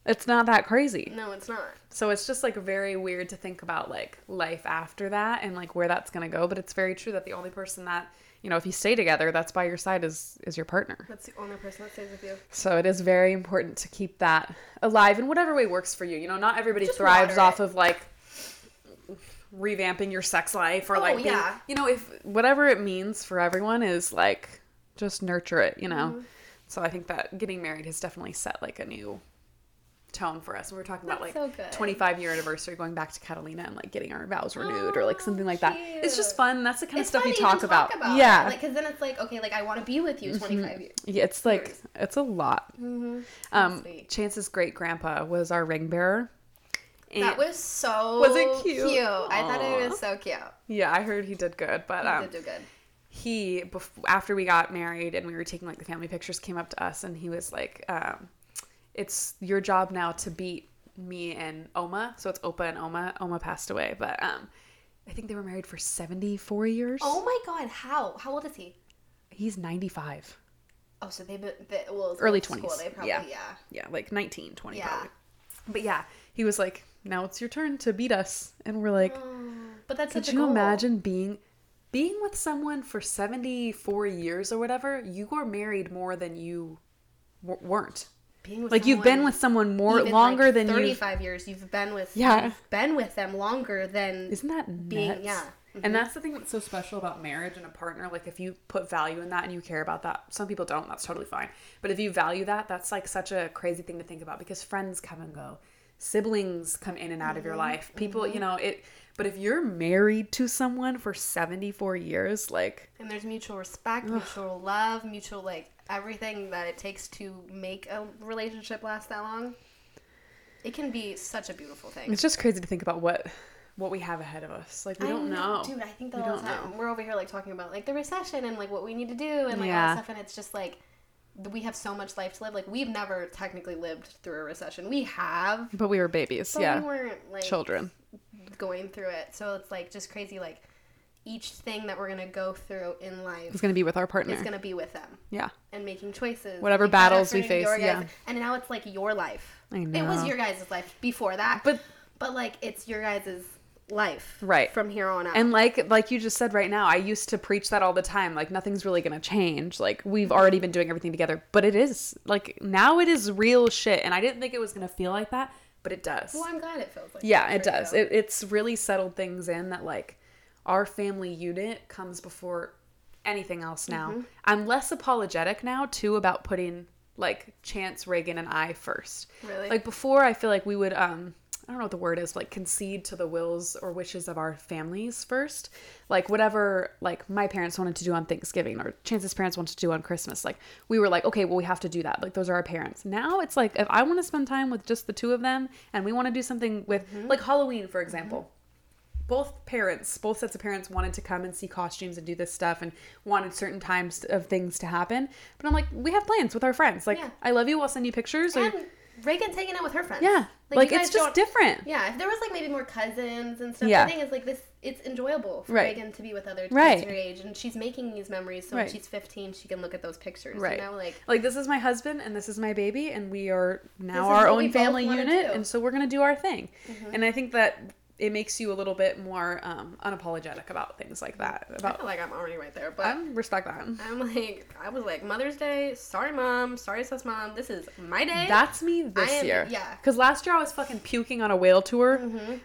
Speaker 2: it's not that crazy.
Speaker 1: no, it's not.
Speaker 2: So it's just like very weird to think about like life after that and like where that's gonna go. But it's very true that the only person that you know, if you stay together, that's by your side is is your partner.
Speaker 1: That's the only person that stays with you.
Speaker 2: So it is very important to keep that alive in whatever way works for you. You know, not everybody
Speaker 1: Just
Speaker 2: thrives
Speaker 1: water
Speaker 2: off
Speaker 1: it.
Speaker 2: of like revamping your sex life or
Speaker 1: Oh,
Speaker 2: like being-
Speaker 1: yeah.
Speaker 2: you know, if whatever it means for everyone is like just nurture it, you
Speaker 1: Mm-hmm.
Speaker 2: know. So I think that getting married has definitely set like a new tone for us. And we were talking about
Speaker 1: That's
Speaker 2: like
Speaker 1: so good.
Speaker 2: 25 year anniversary going back to Catalina and like getting our vows renewed or like something like that. It's just
Speaker 1: Oh, cute.
Speaker 2: fun. That's the kind
Speaker 1: It's
Speaker 2: of stuff
Speaker 1: fun
Speaker 2: you
Speaker 1: to
Speaker 2: talk,
Speaker 1: even
Speaker 2: about.
Speaker 1: it,
Speaker 2: Yeah. Mm-hmm.
Speaker 1: Like, cause then it's like, okay, like I want to be with you 25 years.
Speaker 2: Yeah, it's like it's a lot.
Speaker 1: Mm-hmm.
Speaker 2: Um,
Speaker 1: Sweet.
Speaker 2: Chance's great grandpa was our ring bearer. And,
Speaker 1: That was so
Speaker 2: Was it cute?
Speaker 1: I thought
Speaker 2: Aw.
Speaker 1: it was so cute.
Speaker 2: yeah, I heard he did good, but
Speaker 1: You
Speaker 2: um,
Speaker 1: did do good.
Speaker 2: he bef- after we got married and we were taking like the family pictures came up to us and he was like um, it's your job now to beat me and oma so it's opa and oma oma passed away but um, i think they were married for 74 years
Speaker 1: Oh my god, how? How old is he?
Speaker 2: he's 95
Speaker 1: Oh, so they've been, they, well, it's
Speaker 2: Early
Speaker 1: old school,
Speaker 2: 20s,
Speaker 1: They probably,
Speaker 2: yeah.
Speaker 1: yeah.
Speaker 2: yeah like 19 20
Speaker 1: Yeah.
Speaker 2: probably but yeah he was like now it's your turn Oh, to beat us and we're like
Speaker 1: But that's
Speaker 2: could
Speaker 1: such a
Speaker 2: you
Speaker 1: goal.
Speaker 2: imagine being being with someone for 74 years or whatever, you are married more than you w- weren't.
Speaker 1: Being with
Speaker 2: Like you've been
Speaker 1: someone
Speaker 2: with someone more
Speaker 1: even,
Speaker 2: longer
Speaker 1: like,
Speaker 2: than you.
Speaker 1: 35 years. You've been with
Speaker 2: Yeah.
Speaker 1: you've been with them longer than
Speaker 2: Isn't that nuts?
Speaker 1: being- yeah. Mm-hmm.
Speaker 2: And that's the thing that's so special about marriage and a partner. Like, if you put value in that and you care about that, some people don't. That's totally fine. But if you value that, that's like such a crazy thing to think about because friends come and go, siblings come in and out of
Speaker 1: Mm-hmm.
Speaker 2: your life. People, you know, it. But if you're married to someone for 74 years, like,
Speaker 1: and there's mutual respect, mutual love, mutual like everything that it takes to make a relationship last that long. It can be such a beautiful thing.
Speaker 2: it's just crazy to think about what what we have ahead of us. Like, we
Speaker 1: I
Speaker 2: don't know.
Speaker 1: dude. I think
Speaker 2: We
Speaker 1: that all the
Speaker 2: don't
Speaker 1: time we're over here like talking about like the recession and like what we need to do and like all
Speaker 2: Yeah.
Speaker 1: that stuff, and it's just like th- we have so much life to live. Like we've never technically lived through a recession. We have,
Speaker 2: But we were babies.
Speaker 1: but
Speaker 2: yeah.
Speaker 1: we weren't like
Speaker 2: Children.
Speaker 1: going through it. So it's like just crazy. Like each thing that we're gonna go through in life
Speaker 2: It's going to be with our partner.
Speaker 1: is gonna be with them
Speaker 2: yeah.
Speaker 1: and making choices.
Speaker 2: Whatever
Speaker 1: Like, how
Speaker 2: battles
Speaker 1: that's
Speaker 2: we
Speaker 1: gonna be
Speaker 2: face,
Speaker 1: your guys-
Speaker 2: yeah.
Speaker 1: And now it's like your life.
Speaker 2: I
Speaker 1: It was
Speaker 2: know.
Speaker 1: your guys' life before that,
Speaker 2: But-
Speaker 1: but like it's your guys' life
Speaker 2: Right.
Speaker 1: from here on out.
Speaker 2: And like like you just said right now, I used to preach that all the time. Like nothing's really gonna change. Like we've already been doing everything together. But it is like now it is real shit. And I didn't think it was gonna feel like that, but it does.
Speaker 1: well, I'm glad it feels like
Speaker 2: yeah,
Speaker 1: that
Speaker 2: it
Speaker 1: for
Speaker 2: does.
Speaker 1: you.
Speaker 2: It, it's really settled things in that like our family unit comes before anything else now.
Speaker 1: Mm-hmm.
Speaker 2: I'm less apologetic now too about putting like Chance, Reagan, and I first.
Speaker 1: Really?
Speaker 2: Like before, I feel like we would um I don't know what the word is like concede to the wills or wishes of our families first. Like whatever like my parents wanted to do on Thanksgiving or Chance's parents wanted to do on Christmas. Like we were like, okay, well we have to do that. Like those are our parents. Now it's like if I want to spend time with just the two of them and we want to do something with
Speaker 1: Mm-hmm.
Speaker 2: like Halloween for example both parents, both sets of parents wanted to come and see costumes and do this stuff and wanted certain times of things to happen. But I'm like, we have plans with our friends. Like,
Speaker 1: Yeah.
Speaker 2: I love you. I'll send you pictures. Or,
Speaker 1: and Reagan's hanging out with her friends.
Speaker 2: yeah.
Speaker 1: you
Speaker 2: Like,
Speaker 1: guys
Speaker 2: it's just
Speaker 1: don't-
Speaker 2: different.
Speaker 1: Yeah, if there was like maybe more cousins and stuff,
Speaker 2: Yeah.
Speaker 1: the thing is like this, it's enjoyable for
Speaker 2: Right.
Speaker 1: Reagan to be with other kids
Speaker 2: Right.
Speaker 1: her age, and she's making these memories. So
Speaker 2: Right.
Speaker 1: when she's 15, she can look at those pictures.
Speaker 2: Right.
Speaker 1: You know, like
Speaker 2: Like, this is my husband and this is my baby, and we are
Speaker 1: This
Speaker 2: now
Speaker 1: is
Speaker 2: our
Speaker 1: what we
Speaker 2: own
Speaker 1: both
Speaker 2: family
Speaker 1: wanna
Speaker 2: unit.
Speaker 1: do. Mm-hmm.
Speaker 2: And so we're going to do our thing. And I think that it makes you a little bit more um, unapologetic about things like that.
Speaker 1: I
Speaker 2: About
Speaker 1: feel like I'm already right there, but.
Speaker 2: I
Speaker 1: I'm-
Speaker 2: respect that.
Speaker 1: like, I was like, Mother's Day, sorry, mom, sorry, sis, mom, this is my day.
Speaker 2: That's me this
Speaker 1: I am-
Speaker 2: year.
Speaker 1: yeah. Mm-hmm.
Speaker 2: Because last year I was fucking puking on a whale tour,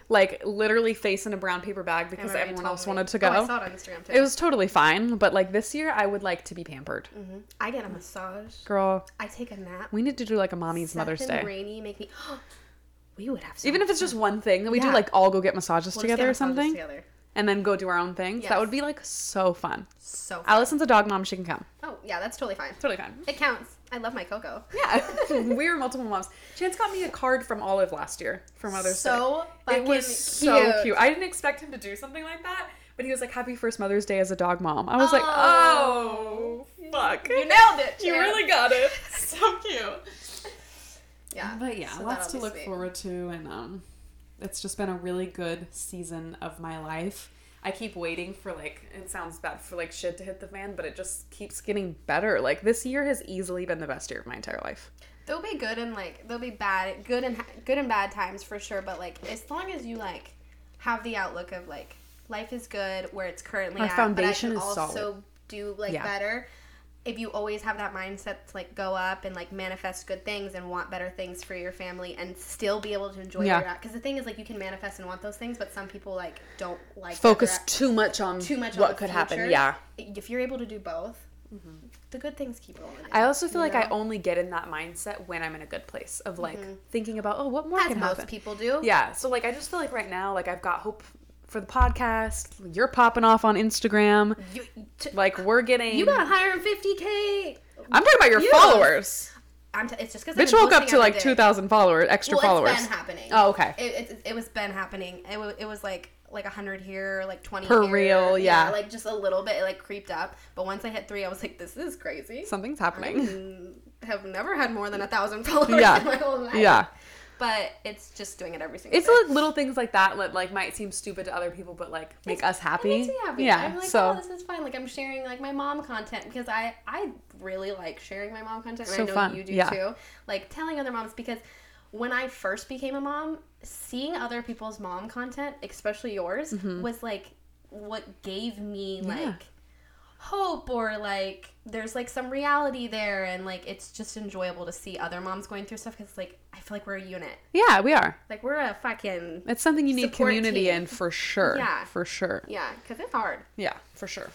Speaker 2: like literally facing a brown paper bag
Speaker 1: I
Speaker 2: because
Speaker 1: remember you
Speaker 2: everyone
Speaker 1: told
Speaker 2: else
Speaker 1: me.
Speaker 2: wanted to
Speaker 1: Oh, I
Speaker 2: go.
Speaker 1: saw it on Instagram too.
Speaker 2: it was totally fine, but like this year I would like to be pampered.
Speaker 1: I get a massage.
Speaker 2: Girl,
Speaker 1: I take a nap.
Speaker 2: we need to do like a mommy's
Speaker 1: Seth
Speaker 2: Mother's
Speaker 1: and
Speaker 2: Day.
Speaker 1: Rainy make me. we would have. So
Speaker 2: Even if it's just one thing that we do,
Speaker 1: Yeah.
Speaker 2: like all go get massages
Speaker 1: We'll just get
Speaker 2: together or
Speaker 1: massages
Speaker 2: something,
Speaker 1: Together.
Speaker 2: and then go do our own things. That
Speaker 1: Yes.
Speaker 2: would be like so fun.
Speaker 1: So. fun.
Speaker 2: Allison's a dog mom; she can come.
Speaker 1: Oh yeah, that's totally fine.
Speaker 2: Totally fine.
Speaker 1: It counts. I love my cocoa.
Speaker 2: Yeah, we were multiple moms. Chance got me a card from Olive last year for Mother's Day.
Speaker 1: so
Speaker 2: it
Speaker 1: fucking
Speaker 2: was
Speaker 1: cute.
Speaker 2: so cute. I didn't expect him to do something like that, but he was like, "Happy first Mother's Day as a dog mom." I was like, "Oh,
Speaker 1: Oh.
Speaker 2: fuck,
Speaker 1: You nailed it.
Speaker 2: You
Speaker 1: Chance.
Speaker 2: really got it. so cute."
Speaker 1: Yeah.
Speaker 2: But yeah,
Speaker 1: so
Speaker 2: lots to
Speaker 1: that'll be
Speaker 2: look
Speaker 1: sweet.
Speaker 2: forward to, and um, it's just been a really good season of my life. I keep waiting for like it sounds bad for like shit to hit the fan, but it just keeps getting better. Like this year has easily been the best year of my entire life.
Speaker 1: There'll be good and like there'll be bad, good and good and bad times for sure. But like as long as you like have the outlook of like life is good where it's currently
Speaker 2: Our
Speaker 1: at,
Speaker 2: foundation
Speaker 1: but I
Speaker 2: is
Speaker 1: can also
Speaker 2: solid.
Speaker 1: do like
Speaker 2: Yeah.
Speaker 1: better. If you always have that mindset to like go up and like manifest good things and want better things for your family and still be able to enjoy
Speaker 2: Yeah.
Speaker 1: where you're at. Because the thing is like you can manifest and want those things, but some people like don't like where
Speaker 2: Focus
Speaker 1: they're at-
Speaker 2: too much on
Speaker 1: too much.
Speaker 2: what
Speaker 1: on the
Speaker 2: could
Speaker 1: future.
Speaker 2: happen. Yeah. Mm-hmm.
Speaker 1: If you're able to do both, the good things keep rolling. In.
Speaker 2: I also feel like I
Speaker 1: know?
Speaker 2: only get in that mindset when I'm in a good place of like thinking about oh what more
Speaker 1: Mm-hmm. as
Speaker 2: can
Speaker 1: most
Speaker 2: happen.
Speaker 1: people do.
Speaker 2: Yeah, so like I just feel like right now like I've got hope for the podcast. You're popping off on Instagram.
Speaker 1: You, t-
Speaker 2: Like we're getting.
Speaker 1: you got 150k.
Speaker 2: I'm talking about your
Speaker 1: You-
Speaker 2: followers.
Speaker 1: I'm t- it's just because
Speaker 2: Bitch woke up to like two thousand followers, extra
Speaker 1: well,
Speaker 2: followers.
Speaker 1: It's been happening.
Speaker 2: Oh, okay.
Speaker 1: It, it, it was been happening. It, wa- it was like like 100 here, like 20
Speaker 2: Per
Speaker 1: here.
Speaker 2: reel, yeah.
Speaker 1: Like just a little bit. It like creeped up. But once I hit three, I was like, this is crazy.
Speaker 2: Something's happening.
Speaker 1: Mm, have never had more than a thousand followers
Speaker 2: Yeah.
Speaker 1: in my whole life.
Speaker 2: Yeah,
Speaker 1: But it's just doing it every single
Speaker 2: it's
Speaker 1: day.
Speaker 2: like little things like that that like might seem stupid to other people, but like make us happy.
Speaker 1: It makes me happy.
Speaker 2: Yeah.
Speaker 1: I'm like, oh,
Speaker 2: so
Speaker 1: this is fun. Like I'm sharing like my mom content because I I really like sharing my mom content. And
Speaker 2: So
Speaker 1: I know
Speaker 2: fun.
Speaker 1: you do
Speaker 2: Yeah.
Speaker 1: too. Like telling other moms because when I first became a mom, seeing other people's mom content, especially yours, was like what gave me
Speaker 2: Mm-hmm. Yeah.
Speaker 1: like hope or like there's like some reality there and like it's just enjoyable to see other moms going through stuff because like I feel like we're a unit.
Speaker 2: Yeah, we are.
Speaker 1: Like we're a fucking
Speaker 2: It's something you need
Speaker 1: Support
Speaker 2: community
Speaker 1: team.
Speaker 2: in for sure.
Speaker 1: Yeah.
Speaker 2: For sure.
Speaker 1: yeah, because it's hard.
Speaker 2: Yeah, for sure.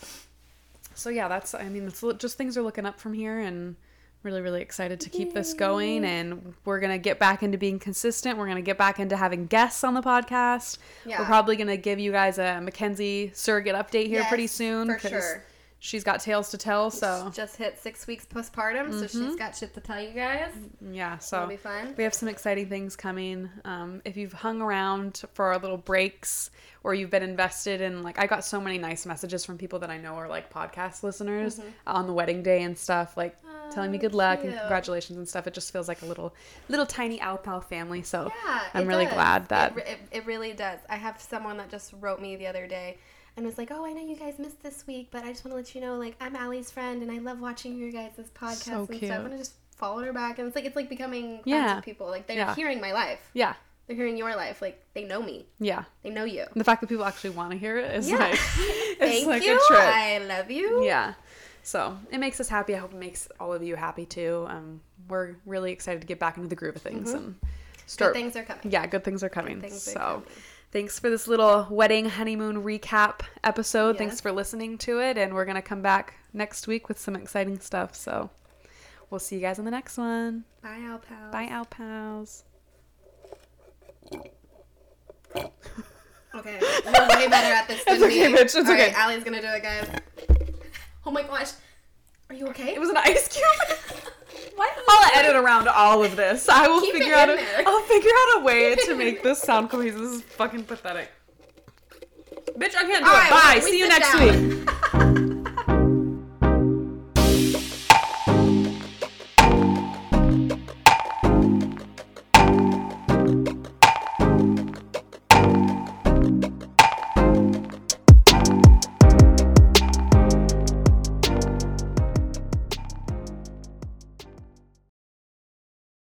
Speaker 2: So yeah, that's I mean, it's just things are looking up from here and really really excited to keep this going and we're going to get back into being consistent. We're going to get back into having guests on the podcast.
Speaker 1: Yeah.
Speaker 2: We're probably going to give you guys a Mackenzie surrogate update here pretty
Speaker 1: Yes,
Speaker 2: soon
Speaker 1: for
Speaker 2: 'cause
Speaker 1: sure.
Speaker 2: she's got tales to tell, so
Speaker 1: Just hit six weeks postpartum, so
Speaker 2: Mm-hmm.
Speaker 1: she's got shit to tell you guys.
Speaker 2: yeah, so
Speaker 1: That'll be fun.
Speaker 2: We have some exciting things coming. Um, if you've hung around for our little breaks or you've been invested in, like, I got so many nice messages from people that I know are like podcast listeners on the wedding day and stuff, like telling me
Speaker 1: Mm-hmm. Oh,
Speaker 2: good luck and
Speaker 1: cute.
Speaker 2: congratulations and stuff. It just feels like a little, little tiny Alpal family. So
Speaker 1: Yeah,
Speaker 2: Oh, I'm
Speaker 1: it
Speaker 2: really
Speaker 1: does.
Speaker 2: glad that.
Speaker 1: it, re- it, it really does. I have someone that just wrote me the other day and was like, "Oh, I know you guys missed this week, but I just want to let you know, like, I'm Allie's friend and I love watching your guys' podcast
Speaker 2: So
Speaker 1: and
Speaker 2: cute.
Speaker 1: stuff." And I just followed her back, and it's like it's like becoming friends
Speaker 2: Yeah.
Speaker 1: with people. Like they're
Speaker 2: Yeah.
Speaker 1: hearing my life,
Speaker 2: yeah,
Speaker 1: they're hearing your life. Like they know me,
Speaker 2: yeah.
Speaker 1: they know you.
Speaker 2: And the fact that people actually want to hear it is
Speaker 1: Yeah.
Speaker 2: like, it's
Speaker 1: Thank
Speaker 2: like
Speaker 1: you.
Speaker 2: a trip.
Speaker 1: I love you.
Speaker 2: yeah so it makes us happy i hope it makes all of you happy too um, we're really excited to get back into the groove of things and
Speaker 1: Mm-hmm. Good
Speaker 2: start
Speaker 1: things are coming.
Speaker 2: yeah good things are coming
Speaker 1: things are
Speaker 2: so
Speaker 1: coming.
Speaker 2: thanks for this little wedding honeymoon recap episode thanks
Speaker 1: Yes.
Speaker 2: for listening to it and we're gonna come back next week with some exciting stuff so we'll see you guys in the next one
Speaker 1: Bye, all pals.
Speaker 2: bye owl pals
Speaker 1: Okay, we're way better at this than
Speaker 2: It's okay,
Speaker 1: me.
Speaker 2: bitch, it's
Speaker 1: All right,
Speaker 2: okay.
Speaker 1: Allie's gonna do it, guys. Oh my gosh, are you okay?
Speaker 2: it was Oh, an ice cube
Speaker 1: Why is it-
Speaker 2: I'll edit around all of this. I will
Speaker 1: Keep it
Speaker 2: figure out.
Speaker 1: in
Speaker 2: A,
Speaker 1: there.
Speaker 2: I'll figure out a way
Speaker 1: Keep it
Speaker 2: to
Speaker 1: in
Speaker 2: make this sound cohesive. This is fucking pathetic. Bitch, I can't do
Speaker 1: All right,
Speaker 2: it. Bye.
Speaker 1: well, we
Speaker 2: See you
Speaker 1: sit
Speaker 2: next
Speaker 1: down.
Speaker 2: week.